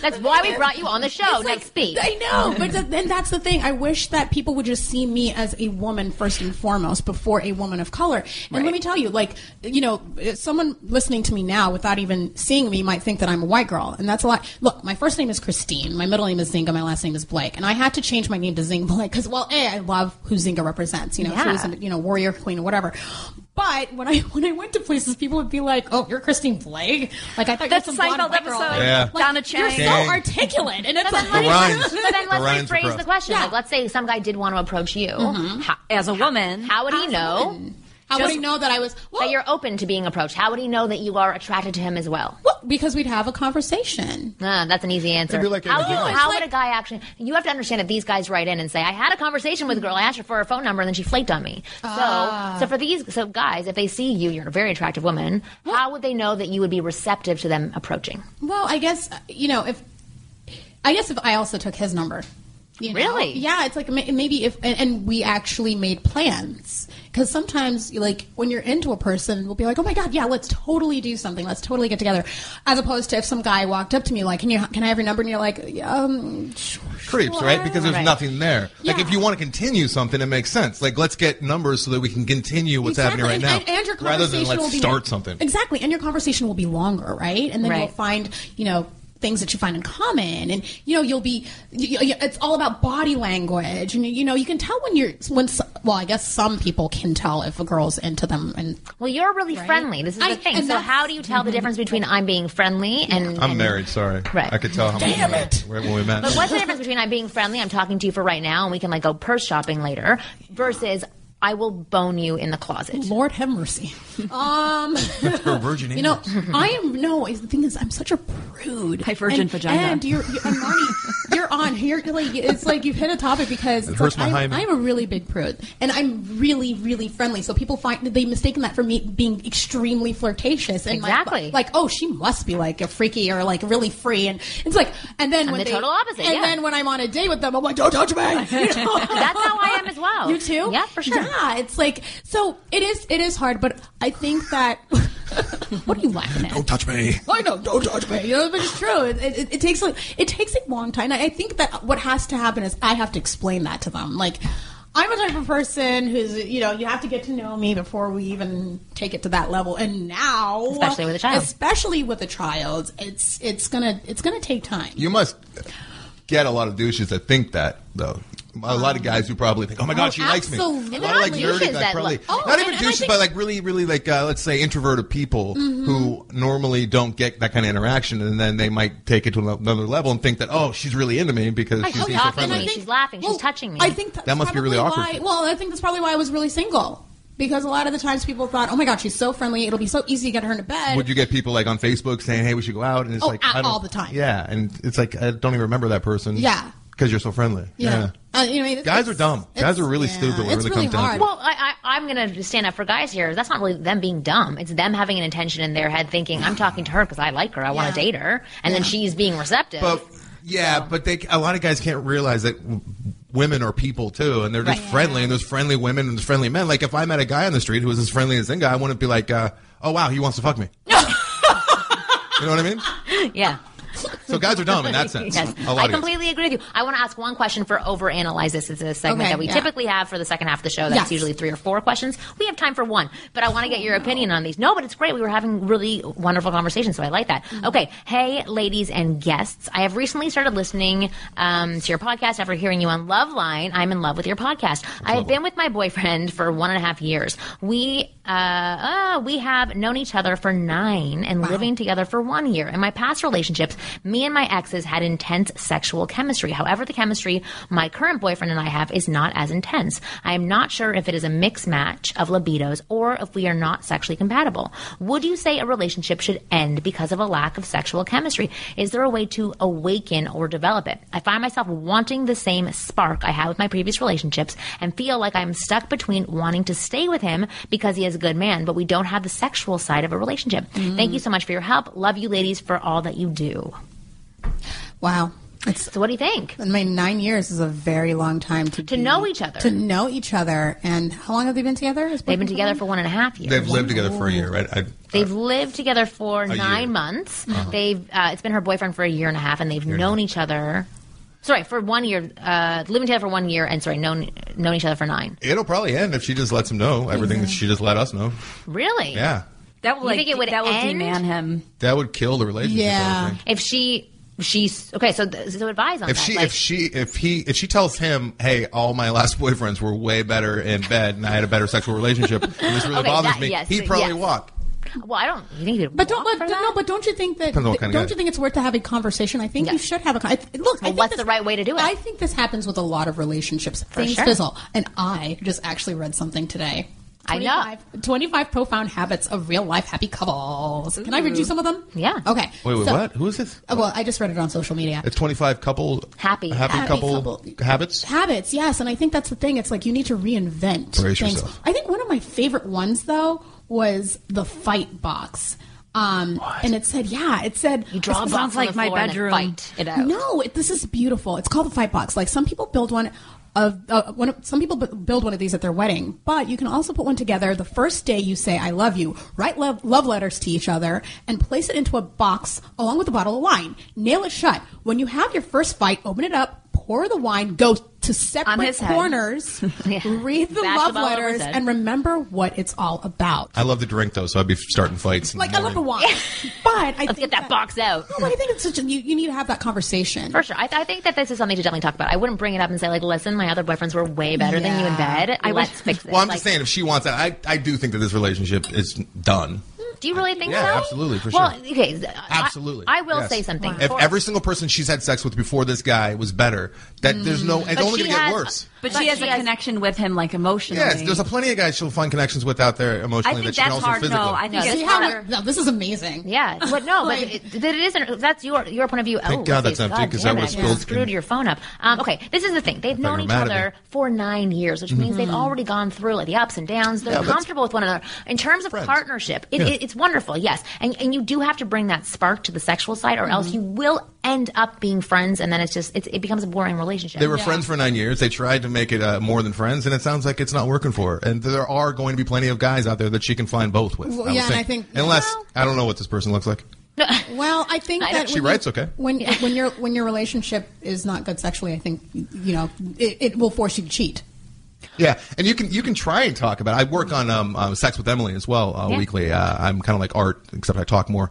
Speaker 7: That's why we brought you on the show.
Speaker 9: It's like-
Speaker 7: Next speak.
Speaker 9: I know, but th- then that's the thing. I wish that people would just see me as a woman first and foremost before a woman of color. And let me tell you, like, you know, if someone listening to me now without even seeing me might think that I'm a white girl, and that's a lot. Look, my first name is Christine, my middle name is Zinga, my last name is Blake, and I had to change my name to Zinga Blake because, well, a I love who Zinga represents. You know, she
Speaker 1: Yeah.
Speaker 9: was, a, you know, warrior queen or whatever. But when I when I went to places, people would be like, "Oh, you're Christine Blake." Like I thought
Speaker 5: That's
Speaker 9: you were
Speaker 5: a
Speaker 9: some blonde
Speaker 5: Seinfeld
Speaker 9: white girl.
Speaker 5: episode.
Speaker 6: Yeah.
Speaker 5: Donna
Speaker 9: You're
Speaker 5: Chang.
Speaker 9: so
Speaker 6: Dang.
Speaker 9: articulate, and it's
Speaker 7: But
Speaker 9: like,
Speaker 7: then let's,
Speaker 6: rhymes.
Speaker 7: but then
Speaker 6: The rhymes
Speaker 7: let's
Speaker 6: are
Speaker 7: rephrase
Speaker 6: corrupt.
Speaker 7: the question.
Speaker 9: Yeah. Mm-hmm.
Speaker 1: Like, let's say some guy did want to approach you. How,
Speaker 5: as a woman,
Speaker 1: how would he know
Speaker 9: How would
Speaker 5: Just-
Speaker 9: he know that I was? Well,
Speaker 1: that you're open to being approached? How would he know that you are attracted to him as well?
Speaker 9: well, because we'd have a conversation.
Speaker 1: Ah, that's an easy answer.
Speaker 6: It'd be like
Speaker 1: how
Speaker 6: anything
Speaker 1: you-
Speaker 6: else.
Speaker 1: how
Speaker 9: It's
Speaker 1: would a
Speaker 9: like-
Speaker 1: guy actually? You have to understand that these guys write in and say, "I had a conversation with a girl. I asked her for her phone number, and then she flaked on me." So,
Speaker 9: Ah.
Speaker 1: so for these, so guys, if they see you, you're a very attractive woman. How would they know that you would be receptive to them approaching?
Speaker 9: Well, I guess uh, you know if I guess if I also took his number. you know?
Speaker 1: Really?
Speaker 9: Yeah, it's like ma- maybe if and, and we actually made plans because sometimes like when you're into a person, we'll be like, oh my god, yeah, let's totally do something, let's totally get together, as opposed to if some guy walked up to me like, can you can I have your number? And you're like, "Yeah, um,
Speaker 6: Creeps, right? Because there's
Speaker 1: Right.
Speaker 6: nothing there. Like,
Speaker 9: Yeah.
Speaker 6: if you want to continue something, it makes sense. Like, let's get numbers so that we can continue what's happening right
Speaker 9: Exactly,
Speaker 6: now.
Speaker 9: and, And your conversation
Speaker 6: rather than
Speaker 9: will
Speaker 6: let's
Speaker 9: be
Speaker 6: start something.
Speaker 9: Exactly, and your conversation will be longer, right? And then
Speaker 1: Right.
Speaker 9: you'll find, you know. Things that you find in common, and you know you'll be. You, you- it's all about body language, and you know you can tell when you're when. s well, I guess some people can tell if a girl's into them, and
Speaker 1: Well, you're really friendly. This is the
Speaker 9: I-
Speaker 1: thing.
Speaker 9: and
Speaker 1: So
Speaker 9: that's- Mm-hmm.
Speaker 1: how do you tell the difference between I'm being friendly and
Speaker 6: I'm
Speaker 1: and-
Speaker 6: married, sorry.
Speaker 1: Right.
Speaker 6: I could tell how Damn much
Speaker 8: it.
Speaker 6: right when we met.
Speaker 1: But what's the difference between I'm being friendly, I'm talking to you for right now, and we can like go purse shopping later, versus I will bone you in the closet.
Speaker 9: Lord have mercy. Um,
Speaker 6: Her virgin
Speaker 9: you know, I am no. is- The thing is, I'm such a prude.
Speaker 5: High virgin
Speaker 9: and,
Speaker 5: vagina.
Speaker 9: And you're, you're and Marty, you're on here. You're like it's like you've hit a topic because it's
Speaker 6: hurts
Speaker 9: like,
Speaker 6: my
Speaker 9: I'm,
Speaker 6: hymen.
Speaker 9: I'm a really big prude, and I'm really, really friendly. So people find they mistaken that for me being extremely flirtatious. And my-
Speaker 1: Exactly.
Speaker 9: like, oh, she must be like a freaky or like really free, and it's like, and then when
Speaker 1: the
Speaker 9: they-
Speaker 1: total opposite,
Speaker 9: And
Speaker 1: yeah.
Speaker 9: then when I'm on a date with them, I'm like, don't touch me. You know?
Speaker 1: That's how I am as well.
Speaker 9: You too?
Speaker 1: Yeah, for sure.
Speaker 9: Yeah, it's like so. It is. It is hard, but I think that. what are you laughing at?
Speaker 6: Don't touch me.
Speaker 9: I know, don't touch me. You know, but it's true. It, it, it takes like it takes a long time. I, I think that what has to happen is I have to explain that to them. Like, I'm a type of person who's you know you have to get to know me before we even take it to that level. And now,
Speaker 1: Especially with a child.
Speaker 9: especially with a child, it's it's gonna it's gonna take time.
Speaker 6: You must get a lot of douches that think that, though. A lot of guys who probably think, "Oh my God, she likes me." A
Speaker 9: absolutely.
Speaker 6: lot of like
Speaker 9: Douches
Speaker 6: nerdy guys
Speaker 1: that
Speaker 6: probably,
Speaker 1: like-
Speaker 9: Oh,
Speaker 6: not
Speaker 9: and-
Speaker 6: even
Speaker 9: and I
Speaker 6: douches,
Speaker 9: think- Mm-hmm.
Speaker 6: but like really, really like uh, let's say introverted people who normally don't get that kind of interaction, and then they might take it to another level and think that, "Oh, she's really into me because she's
Speaker 7: Oh,
Speaker 1: she's
Speaker 6: being so
Speaker 1: talking to
Speaker 6: friendly."
Speaker 1: me. She's laughing. She's touching me.
Speaker 9: I think that's
Speaker 6: That must be really
Speaker 9: probably
Speaker 6: awkward
Speaker 9: why-
Speaker 6: for you.
Speaker 9: well, I think that's probably why I was really single because a lot of the times people thought, "Oh my God, she's so friendly. It'll be so easy to get her into bed."
Speaker 6: Would you get people like on Facebook saying, "Hey, we should go out," and it's
Speaker 9: Oh,
Speaker 6: like
Speaker 9: at-
Speaker 6: I don't-
Speaker 9: all the time.
Speaker 6: Yeah, and it's like I don't even remember that person.
Speaker 9: Yeah.
Speaker 6: because you're so friendly.
Speaker 9: Yeah. Uh, you know, it-
Speaker 6: Guys
Speaker 9: it's-
Speaker 6: are dumb.
Speaker 9: it's-
Speaker 6: Guys are really
Speaker 9: yeah,
Speaker 6: stupid. when it
Speaker 9: it's
Speaker 6: really,
Speaker 9: really
Speaker 6: comes down to
Speaker 9: hard.
Speaker 6: it.
Speaker 7: Well, I, I, I'm going to stand up for guys here. That's not really them being dumb. It's them having an intention in their head thinking, I'm talking to her because I like her. I want
Speaker 9: Yeah.
Speaker 7: to date her. And then she's being receptive.
Speaker 6: But yeah, but they a lot of guys can't realize that w- women are people too, and they're just friendly. And there's friendly women and there's friendly men. Like if I met a guy on the street who was as friendly as Zinga, I wouldn't be like, uh, "Oh wow, he wants to fuck me." you know what I mean?
Speaker 7: yeah.
Speaker 6: So guys are dumb in that sense.
Speaker 7: Yes.
Speaker 6: A lot
Speaker 7: I
Speaker 6: of guys.
Speaker 7: completely agree with you. I want to ask one question for overanalyze this. It's a segment
Speaker 9: Okay,
Speaker 7: that we
Speaker 9: yeah.
Speaker 7: typically have for the second half of the show. That's
Speaker 9: Yes.
Speaker 7: usually three or four questions. We have time for one, but I want to get your opinion on these. No, but it's great. We were having really wonderful conversations, so I like that.
Speaker 9: Mm-hmm.
Speaker 7: Okay. Hey, ladies and guests. I have recently started listening um, to your podcast after hearing you on Love Line. I'm in love with your podcast. I have been with my boyfriend for one and a half years. We uh, uh, we have known each other for nine and living together for one year. In my past relationships, me and my exes had intense sexual chemistry. However, the chemistry my current boyfriend and I have is not as intense. I am not sure if it is a mixed match of libidos or if we are not sexually compatible. Would you say a relationship should end because of a lack of sexual chemistry? Is there a way to awaken or develop it? I find myself wanting the same spark I had with my previous relationships and feel like I'm stuck between wanting to stay with him because he is a good man, but we don't have the sexual side of a relationship. Thank you so much for your help. Love you ladies for all that you do.
Speaker 9: Wow. It's
Speaker 7: So what do you think?
Speaker 9: I mean, nine years is a very long time to
Speaker 7: To know each other.
Speaker 9: To know each other, and how long have they been together? Has
Speaker 7: They've been
Speaker 9: boyfriend
Speaker 7: together
Speaker 9: gone?
Speaker 7: for one and a half years.
Speaker 6: They've lived together for a year, right? I,
Speaker 7: They've lived together for nine
Speaker 6: year. Uh-huh.
Speaker 7: months. They've uh, it's been her boyfriend for a year and a half, and they've known each other. Sorry, for one year, uh, living together for one year, and sorry, known known each other for nine.
Speaker 6: it'll probably end if she just lets him know everything that she just let us know.
Speaker 7: Really?
Speaker 6: Yeah,
Speaker 5: That will
Speaker 7: You
Speaker 5: like
Speaker 7: think it would
Speaker 5: that will
Speaker 7: end?
Speaker 5: deman him.
Speaker 6: that would kill the relationship. I
Speaker 9: Yeah.
Speaker 6: would think.
Speaker 7: If she, she's okay. So, th- so advise on
Speaker 6: If
Speaker 7: that.
Speaker 6: she,
Speaker 7: like-
Speaker 6: if she, if he, if she tells him, "Hey, all my last boyfriends were way better in bed, and I had a better sexual relationship, and this really
Speaker 7: Okay,
Speaker 6: bothers
Speaker 7: that-
Speaker 6: me,"
Speaker 7: yes,
Speaker 6: he'd probably
Speaker 7: yes.
Speaker 6: walk.
Speaker 7: well, I don't. You think you'd
Speaker 9: But don't
Speaker 7: walk
Speaker 9: let
Speaker 7: for
Speaker 9: don't-
Speaker 7: that?
Speaker 9: no. But don't you think that?
Speaker 6: Depends on what kind of
Speaker 9: don't
Speaker 6: guy.
Speaker 9: you think it's worth to have a conversation? I think
Speaker 7: Yeah.
Speaker 9: you should have a con- I th- look. I
Speaker 7: Well,
Speaker 9: think
Speaker 7: what's
Speaker 9: this-
Speaker 7: the right way to do it?
Speaker 9: I think this happens with a lot of relationships. Things
Speaker 7: sure.
Speaker 9: fizzle, and I just actually read something today.
Speaker 7: I know.
Speaker 9: 25 25 profound habits of real life happy couples. Can I read you some of them?
Speaker 7: Yeah.
Speaker 9: Okay.
Speaker 6: Wait, wait,
Speaker 9: So-
Speaker 6: what? Who is this?
Speaker 9: Oh, well, I just read it on social media.
Speaker 6: It's twenty-five couple
Speaker 7: Happy.
Speaker 6: happy,
Speaker 7: Happy
Speaker 6: couple,
Speaker 9: couple.
Speaker 6: habits.
Speaker 9: habits yes and i think that's the thing it's like you need to reinvent
Speaker 6: Brace
Speaker 9: things
Speaker 6: yourself.
Speaker 9: i think one of my favorite ones though was the fight box um, and it said yeah it said
Speaker 7: you draw a
Speaker 9: it
Speaker 7: box
Speaker 9: sounds
Speaker 7: on
Speaker 5: like
Speaker 7: the
Speaker 5: my
Speaker 7: floor and then
Speaker 5: bedroom.
Speaker 7: Fight it out.
Speaker 9: no it, this is beautiful it's called the fight box like some people build one of uh, one of, some people bu- build one of these at their wedding but you can also put one together the first day you say i love you write love, love letters to each other and place it into a box along with a bottle of wine nail it shut when you have your first fight open it up pour the wine go to separate
Speaker 5: On his head.
Speaker 9: corners read
Speaker 7: Bash the
Speaker 9: the love
Speaker 7: bottle over
Speaker 9: letters
Speaker 7: his head.
Speaker 9: and remember what it's all about
Speaker 6: I love to drink though, so I'd be starting fights. in the
Speaker 9: like I love the
Speaker 6: morning.
Speaker 9: wine, but I
Speaker 7: Let's
Speaker 9: think
Speaker 7: get that box out.
Speaker 9: No, but I think it's such a, you, you need to have that conversation.
Speaker 7: For sure. I, th- I think that this is something to definitely talk about. I wouldn't bring it up and say, like, listen, my other boyfriends were way better than you in
Speaker 9: Yeah.
Speaker 7: bed. Let's fix this.
Speaker 6: Well, I'm
Speaker 7: Like,
Speaker 6: just saying, if she wants that, I, I do think that this relationship is done.
Speaker 7: Do you really think
Speaker 6: Yeah,
Speaker 7: so?
Speaker 6: absolutely, for
Speaker 7: well,
Speaker 6: sure.
Speaker 7: okay. th- I-
Speaker 6: Absolutely.
Speaker 7: I, will
Speaker 6: Yes.
Speaker 7: say something.
Speaker 6: If
Speaker 7: For-
Speaker 6: every single person she's had sex with before this guy was better, that there's no, it's
Speaker 7: Mm. she
Speaker 6: only going to get
Speaker 7: has-
Speaker 6: worse.
Speaker 5: But, she has a connection with him, like emotionally.
Speaker 6: Yes, there's a plenty of guys she'll find connections with out there
Speaker 5: I
Speaker 6: emotionally
Speaker 5: think
Speaker 6: that she can
Speaker 5: that's
Speaker 6: also
Speaker 5: hard.
Speaker 6: physically.
Speaker 5: No, I think
Speaker 7: No,
Speaker 5: it's
Speaker 9: See
Speaker 7: that's
Speaker 9: how
Speaker 7: harder.
Speaker 9: we- no, this is amazing.
Speaker 7: Yeah, but no, but
Speaker 9: Like-
Speaker 7: it, that it isn't. That's your your point of view.
Speaker 6: Thank
Speaker 7: oh,
Speaker 6: God
Speaker 7: let's
Speaker 6: that's
Speaker 7: see.
Speaker 6: empty, 'cause I
Speaker 7: damn
Speaker 6: would've
Speaker 7: it, I
Speaker 6: spilled-
Speaker 7: screwed your phone up. Um, okay, this is the thing. They've
Speaker 6: thought
Speaker 7: known
Speaker 6: you
Speaker 7: each
Speaker 6: were mad at
Speaker 7: other
Speaker 6: me. Mm-hmm.
Speaker 7: for nine years, which means they've already gone through like the ups and downs. They're
Speaker 6: but-
Speaker 7: comfortable with one another in terms of
Speaker 6: Friends.
Speaker 7: partnership. It,
Speaker 6: Yeah.
Speaker 7: it, it's wonderful, yes, and and you do have to bring that spark to the sexual side, or else
Speaker 6: Mm-hmm.
Speaker 7: you will end up being friends, and then it's just it's, it becomes a boring relationship.
Speaker 6: They were friends for nine years. They tried to make it uh, more than friends, and it sounds like it's not working for her. And there are going to be plenty of guys out there that she can find both with.
Speaker 9: Well,
Speaker 6: would
Speaker 9: yeah, and I think-
Speaker 6: unless
Speaker 7: Well-
Speaker 6: I don't know what this person looks like.
Speaker 9: Well, I think that
Speaker 6: She
Speaker 9: when
Speaker 6: writes
Speaker 9: you,
Speaker 6: okay.
Speaker 9: When when your when your relationship is not good sexually, I think you know it, it will force you to cheat.
Speaker 6: Yeah, and you can you can try and talk about. It. I work on um, um, sex with Emily as well uh,
Speaker 7: Yeah.
Speaker 6: weekly. Uh, I'm kind of like art, except I talk more.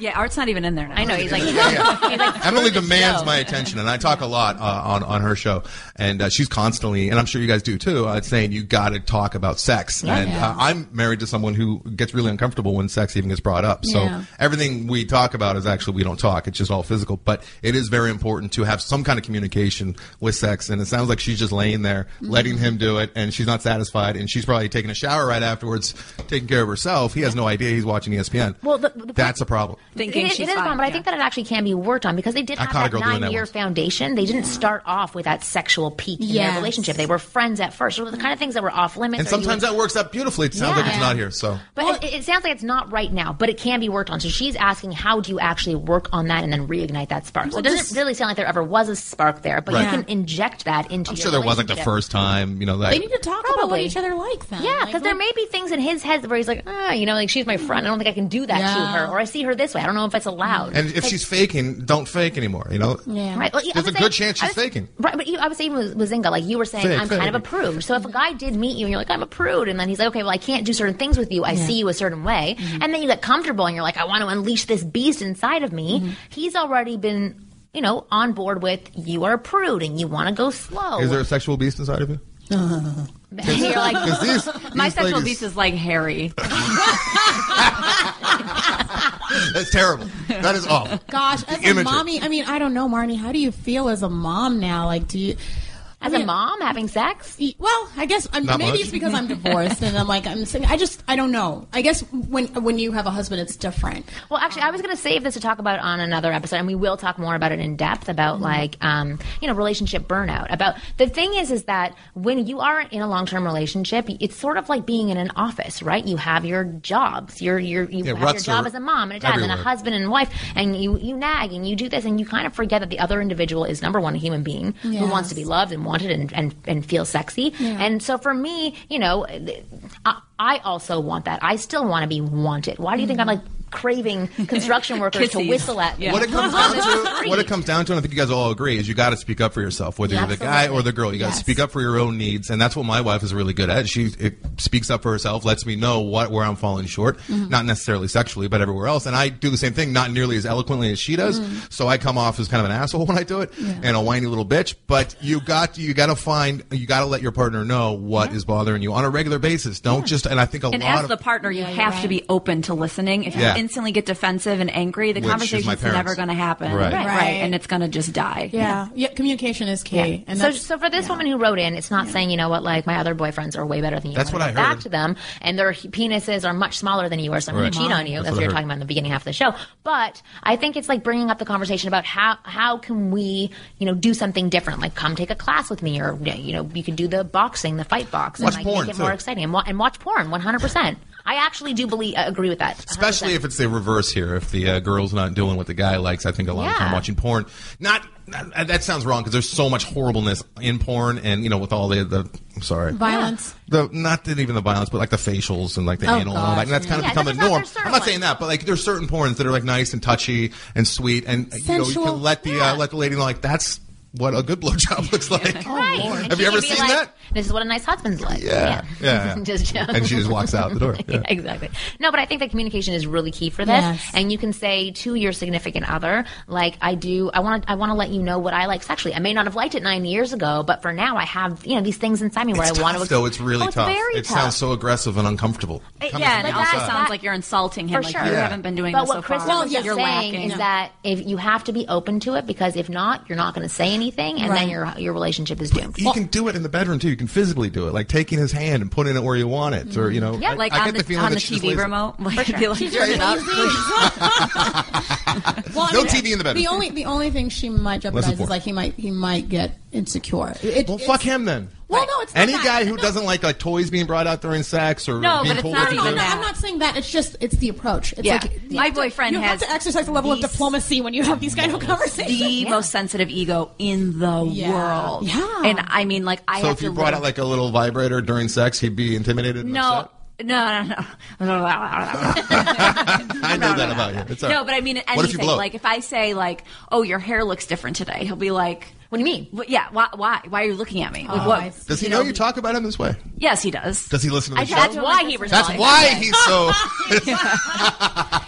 Speaker 5: yeah, art's not even in there. Now.
Speaker 7: I know he's like, he's like
Speaker 6: Emily
Speaker 7: screw this
Speaker 6: demands
Speaker 7: show.
Speaker 6: my attention, and I talk a lot uh, on on her show, and uh, she's constantly, and I'm sure you guys do too. Uh, saying you got to talk about sex, and Uh, I'm married to someone who gets really uncomfortable when sex even gets brought up. So
Speaker 9: Yeah.
Speaker 6: everything we talk about is actually we don't talk; it's just all physical. But it is very important to have some kind of communication with sex, and it sounds like she's just laying there,
Speaker 7: Mm-hmm.
Speaker 6: letting him do it, and she's not satisfied, and she's probably taking a shower right afterwards, taking care of herself. He has no idea he's watching E ESPN.
Speaker 7: Well, the- the
Speaker 6: that's a
Speaker 7: point-
Speaker 6: problem.
Speaker 5: thinking
Speaker 7: It is-
Speaker 5: she's
Speaker 7: it is a
Speaker 5: fine.
Speaker 7: problem, but I
Speaker 5: Yeah.
Speaker 7: think that it actually can be worked on because they did have
Speaker 6: caught a
Speaker 7: that
Speaker 6: girl doing that
Speaker 7: nine-year
Speaker 6: once.
Speaker 7: foundation. They didn't start off with that sexual peak in
Speaker 9: Yes.
Speaker 7: their relationship. They were friends at first. So the kind of things that were off limits.
Speaker 6: And
Speaker 7: or you
Speaker 6: sometimes
Speaker 7: would-
Speaker 6: that works out beautifully. It sounds
Speaker 7: Yeah.
Speaker 6: like it's not here. So
Speaker 7: But it, it sounds like it's not right now, but it can be worked on. So she's asking, how do you actually work on that and then reignite that spark? So it doesn't really sound like there ever was a spark there, but
Speaker 6: Right.
Speaker 7: you can inject that into.
Speaker 6: I'm sure there wasn't the first time. You know,
Speaker 9: They
Speaker 6: like,
Speaker 9: need to talk about what
Speaker 7: Probably.
Speaker 9: each other like then.
Speaker 7: Yeah,
Speaker 9: Like,
Speaker 7: because there
Speaker 9: what-
Speaker 7: may be things in his head where he's like, ah, you know, like she's my friend. I don't think I can do that to
Speaker 9: Yeah.
Speaker 7: her, or I see her this way. I don't know if it's allowed.
Speaker 6: and if she's faking, don't fake anymore. You know,
Speaker 9: Yeah.
Speaker 7: Right. Well, I
Speaker 6: There's
Speaker 7: would
Speaker 6: a
Speaker 7: say-
Speaker 6: good chance
Speaker 7: I
Speaker 6: she's
Speaker 7: was-
Speaker 6: faking.
Speaker 7: Right, but you, I would say even with, with Zinga, like you were saying,
Speaker 6: Fake,
Speaker 7: I'm kind of
Speaker 6: fake.
Speaker 7: approved. So if a guy did meet you and you're like, I'm approved, and then he's like, okay, well, I can't do certain things with you. I see you a certain way, and then you get comfortable and you're like, I want to unleash this beast inside of me. He's already been, you know, on board with you are a prude and you want to go slow.
Speaker 6: Is there a sexual beast inside of you?
Speaker 7: you're like,
Speaker 6: 'Cause these,
Speaker 5: my
Speaker 6: these
Speaker 5: sexual
Speaker 6: ladies-
Speaker 5: beast is like Harry.
Speaker 6: That's terrible. That is awful.
Speaker 9: Gosh, as a
Speaker 6: imagery.
Speaker 9: mommy, I mean, I don't know, Marnie. How do you feel as a mom now? Like, do you? I
Speaker 7: as a
Speaker 9: mean-
Speaker 7: mom having sex?
Speaker 9: Well, I guess I'm,
Speaker 6: Not
Speaker 9: maybe
Speaker 6: much.
Speaker 9: it's because I'm divorced and I'm like I'm. Saying, I just I don't know. I guess when when you have a husband, it's different.
Speaker 7: Well, actually, I was going to save this to talk about on another episode, and we will talk more about it in depth about
Speaker 6: Mm-hmm.
Speaker 7: like um, you know relationship burnout. About the thing is, is that when you are in a long term relationship, it's sort of like being in an office, right? You have your jobs, your your you
Speaker 6: Yeah,
Speaker 7: have your
Speaker 6: ruts
Speaker 7: job
Speaker 6: are
Speaker 7: as a mom and a dad and a
Speaker 6: everywhere.
Speaker 7: husband and wife, and you you nag and you do this, and you kind of forget that the other individual is number one a human being who
Speaker 9: Yes.
Speaker 7: wants to be loved and wanted and and, and feel sexy. And so for me, you know, I, I also want that. I still want to be wanted. Why do you think I'm like craving construction workers to
Speaker 5: Kisses.
Speaker 7: whistle at me.
Speaker 5: Yeah.
Speaker 6: What it comes down to, what it comes down to, and I think you guys all agree, is you got to speak up for yourself, whether you're the guy
Speaker 7: Absolutely.
Speaker 6: or the girl. You got to
Speaker 9: Yes.
Speaker 6: speak up for your own needs, and that's what my wife is really good at. She it speaks up for herself, lets me know what where I'm falling short, not necessarily sexually, but everywhere else. And I do the same thing, not nearly as eloquently as she does. So I come off as kind of an asshole when I do it, and a whiny little bitch. But you got you got to find you got to let your partner know what is bothering you on a regular basis. Don't just and I think a
Speaker 5: And
Speaker 6: lot
Speaker 5: as
Speaker 6: of
Speaker 5: the partner, you
Speaker 9: you're
Speaker 5: have
Speaker 9: right.
Speaker 5: to be open to listening. If
Speaker 6: Yeah.
Speaker 5: you instantly get defensive and angry, the
Speaker 6: Which is my
Speaker 5: conversation's
Speaker 6: parents.
Speaker 5: never going to happen.
Speaker 6: Right. Right.
Speaker 5: And it's going to just die.
Speaker 9: Yeah, yeah. Communication is key. And
Speaker 7: so,
Speaker 9: that's,
Speaker 7: so for this woman who wrote in, it's not saying you know what, like my other boyfriends are way better than you.
Speaker 6: That's
Speaker 7: I'm
Speaker 6: what
Speaker 7: gonna
Speaker 6: I
Speaker 7: go Back
Speaker 6: heard.
Speaker 7: to them, and their he- penises are much smaller than you are, so I'm
Speaker 6: Right.
Speaker 7: going to cheat on you. That's,
Speaker 6: That's what
Speaker 7: what
Speaker 6: I
Speaker 7: we
Speaker 6: heard.
Speaker 7: were talking about in the beginning half of the show. But I think it's like bringing up the conversation about how how can we you know do something different? Like come take a class with me, or you know you could do the boxing, the fight box,
Speaker 6: Watch
Speaker 7: and like
Speaker 6: porn,
Speaker 7: make it
Speaker 6: too.
Speaker 7: more exciting, and, wa- and watch porn 100. percent I actually do believe uh, agree with that. 100%.
Speaker 6: Especially if it's the reverse here. If the uh, girl's not doing what the guy likes, I think a lot of
Speaker 7: Yeah.
Speaker 6: time watching porn. Not uh, that sounds wrong because there's so much horribleness in porn, and you know, with all the the I'm sorry,
Speaker 9: violence.
Speaker 6: the not that even the violence, but like the facials and like the
Speaker 9: Oh,
Speaker 6: anal and all that. And that's kind of
Speaker 7: yeah. Yeah,
Speaker 6: become a
Speaker 7: there's not-
Speaker 6: norm.
Speaker 7: there's certain
Speaker 6: I'm not saying
Speaker 7: ones.
Speaker 6: that, but like there's certain porns that are like nice and touchy and sweet, and uh, you know, you
Speaker 9: Sensual.
Speaker 6: can let the uh, let the lady know like that's what a good blowjob looks like.
Speaker 7: Right. And
Speaker 6: Have
Speaker 7: she
Speaker 6: you ever
Speaker 7: could be
Speaker 6: seen
Speaker 7: like,
Speaker 6: that?
Speaker 7: This is what a nice husband's like.
Speaker 6: Yeah, yeah.
Speaker 7: Just joking.
Speaker 6: and she just walks out the door. Yeah.
Speaker 7: Yeah, exactly. No, but I think that communication is really key for this.
Speaker 9: Yes.
Speaker 7: And you can say to your significant other, like, I do, I want to, I want to let you know what I like sexually. I may not have liked it nine years ago, but for now, I have, you know, these things inside me where
Speaker 6: It's
Speaker 7: I want
Speaker 6: tough,
Speaker 7: to.
Speaker 6: though. It's really
Speaker 7: oh, it's
Speaker 6: tough.
Speaker 7: Very
Speaker 6: it
Speaker 7: tough.
Speaker 6: sounds so aggressive and uncomfortable. Coming
Speaker 5: Yeah,
Speaker 7: But
Speaker 5: and
Speaker 6: from the
Speaker 5: also
Speaker 7: that-
Speaker 6: outside.
Speaker 5: sounds like you're insulting him.
Speaker 7: For
Speaker 5: like
Speaker 7: sure.
Speaker 5: you
Speaker 6: Yeah.
Speaker 5: haven't been doing
Speaker 7: But
Speaker 5: this
Speaker 7: what
Speaker 5: so
Speaker 7: Chris
Speaker 5: far.
Speaker 7: was just
Speaker 5: you're
Speaker 7: saying
Speaker 5: lacking.
Speaker 7: is that if you have to be open to it because if not, you're not going to say anything, and then
Speaker 9: Right.
Speaker 7: your your relationship is doomed.
Speaker 6: You can do it in the bedroom too. You can physically do it, like taking his hand and putting it where you want it, or you know,
Speaker 7: Yeah,
Speaker 6: I-
Speaker 5: like
Speaker 6: I
Speaker 5: on
Speaker 6: get
Speaker 5: the,
Speaker 6: feeling
Speaker 5: on
Speaker 6: that
Speaker 5: the
Speaker 6: she's
Speaker 5: TV
Speaker 6: lazy.
Speaker 5: remote, like, be like, turn it up.
Speaker 9: Well, I
Speaker 6: No
Speaker 9: mean,
Speaker 6: TV in the bedroom.
Speaker 9: The only the only thing she might
Speaker 6: Less than
Speaker 9: jeopardize
Speaker 6: four.
Speaker 9: is like he might he might get insecure. It-
Speaker 6: Well,
Speaker 9: it's-
Speaker 6: fuck him then.
Speaker 9: Well, no, it's not
Speaker 6: any
Speaker 9: that.
Speaker 6: guy who
Speaker 9: No.
Speaker 6: doesn't like like toys being brought out during sex or
Speaker 5: No,
Speaker 6: being
Speaker 5: but it's
Speaker 6: told
Speaker 5: not
Speaker 6: what to
Speaker 9: No,
Speaker 5: even
Speaker 6: do.
Speaker 9: no, I'm not saying that. It's just it's the approach. It's
Speaker 5: Yeah.
Speaker 9: like you
Speaker 5: My
Speaker 9: have to-
Speaker 5: boyfriend
Speaker 9: you
Speaker 5: has
Speaker 9: have to exercise a level of
Speaker 5: these-
Speaker 9: diplomacy when you have these kind of
Speaker 5: the
Speaker 9: conversations.
Speaker 5: most sensitive ego in the
Speaker 9: Yeah.
Speaker 5: world.
Speaker 9: Yeah.
Speaker 5: And I mean, like, I
Speaker 6: So
Speaker 5: have
Speaker 6: if you
Speaker 5: to
Speaker 6: brought
Speaker 5: live-
Speaker 6: out like a little vibrator during sex, he'd be intimidated. And
Speaker 5: no,
Speaker 6: upset?
Speaker 5: no, no, no.
Speaker 6: I know that about you. It's all
Speaker 5: No,
Speaker 6: right.
Speaker 5: but I mean anything.
Speaker 6: What if you blow?
Speaker 5: Like if I say like, "Oh, your hair looks different today," he'll be like,
Speaker 7: What do you mean?
Speaker 5: "Well, "Yeah, why? Why, why are you looking at me?" Like,
Speaker 9: Oh, I
Speaker 5: what?
Speaker 9: see.
Speaker 6: does he know you talk about him this way?
Speaker 5: Yes, he does.
Speaker 6: Does he listen to the
Speaker 5: I,
Speaker 6: show?
Speaker 5: that's why he
Speaker 6: That's
Speaker 5: responds.
Speaker 6: why he's so.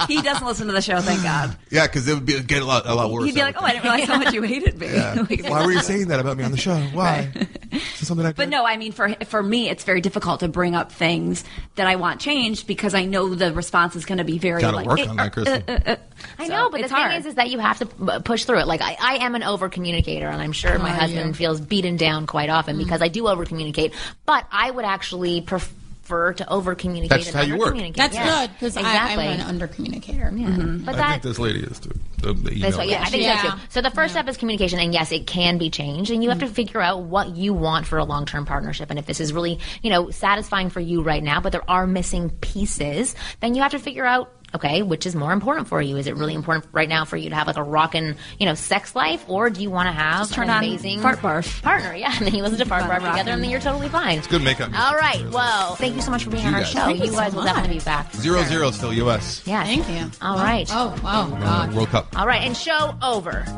Speaker 5: he doesn't listen to the show. Thank God.
Speaker 6: yeah, because it would be get a lot a lot worse.
Speaker 5: He'd be
Speaker 6: I
Speaker 5: like,
Speaker 6: would
Speaker 5: "Oh, I didn't realize how much you hated me."
Speaker 6: think.
Speaker 5: Like,
Speaker 6: Why were you saying that about me on the show? Why? Is this something I
Speaker 5: But
Speaker 6: did?
Speaker 5: no, I mean for for me, it's very difficult to bring up things that I want changed because I know the response is going to be very
Speaker 6: Gotta
Speaker 5: like,
Speaker 6: work
Speaker 5: "Eh,
Speaker 6: on that,
Speaker 5: er,
Speaker 6: Kristen.
Speaker 5: eh, eh, eh."
Speaker 7: I
Speaker 5: So
Speaker 7: know, but the
Speaker 5: it's
Speaker 7: thing
Speaker 5: hard.
Speaker 7: is, is that you have to p- uh, push through it. Like I, I am an over communicator, and I'm sure
Speaker 9: Oh, Mm.
Speaker 7: my husband feels beaten down quite often because I do over communicate. But I would actually pref- prefer to over communicate.
Speaker 6: That's
Speaker 7: and
Speaker 6: how you work.
Speaker 7: undercommunicate.
Speaker 9: That's
Speaker 7: Yeah.
Speaker 9: good because
Speaker 7: exactly. Mm-hmm.
Speaker 9: I, I'm an under communicator.
Speaker 7: but
Speaker 6: I
Speaker 7: that,
Speaker 6: think this lady is too. The, the email
Speaker 7: That's what, yeah, I think
Speaker 9: Yeah.
Speaker 7: so too. So the first step is communication, and yes, it can be changed, and you have to figure out what you want for a long-term partnership, and if this is really, you know, satisfying for you right now, but there are missing pieces, then you have to figure out. Okay, which is more important for you? Is it really important right now for you to have like a rockin', you know, sex life, or do you want to have
Speaker 5: turn
Speaker 7: an
Speaker 5: on
Speaker 7: amazing
Speaker 5: Fart Barf.
Speaker 7: partner? Yeah, and then you listen to Fart
Speaker 5: Fun
Speaker 7: Barf together,
Speaker 5: rockin'.
Speaker 7: and then you're totally fine. It's
Speaker 6: good makeup music.
Speaker 7: All right, well, thank you so much for being on our
Speaker 6: guys.
Speaker 7: show.
Speaker 6: Thank
Speaker 7: You guys will definitely be back.
Speaker 6: Zero zero still U.S.
Speaker 7: Yes.
Speaker 9: Thank you.
Speaker 7: All right.
Speaker 9: Oh, wow.
Speaker 6: Uh,
Speaker 9: God.
Speaker 6: World Cup.
Speaker 7: All right, and show over.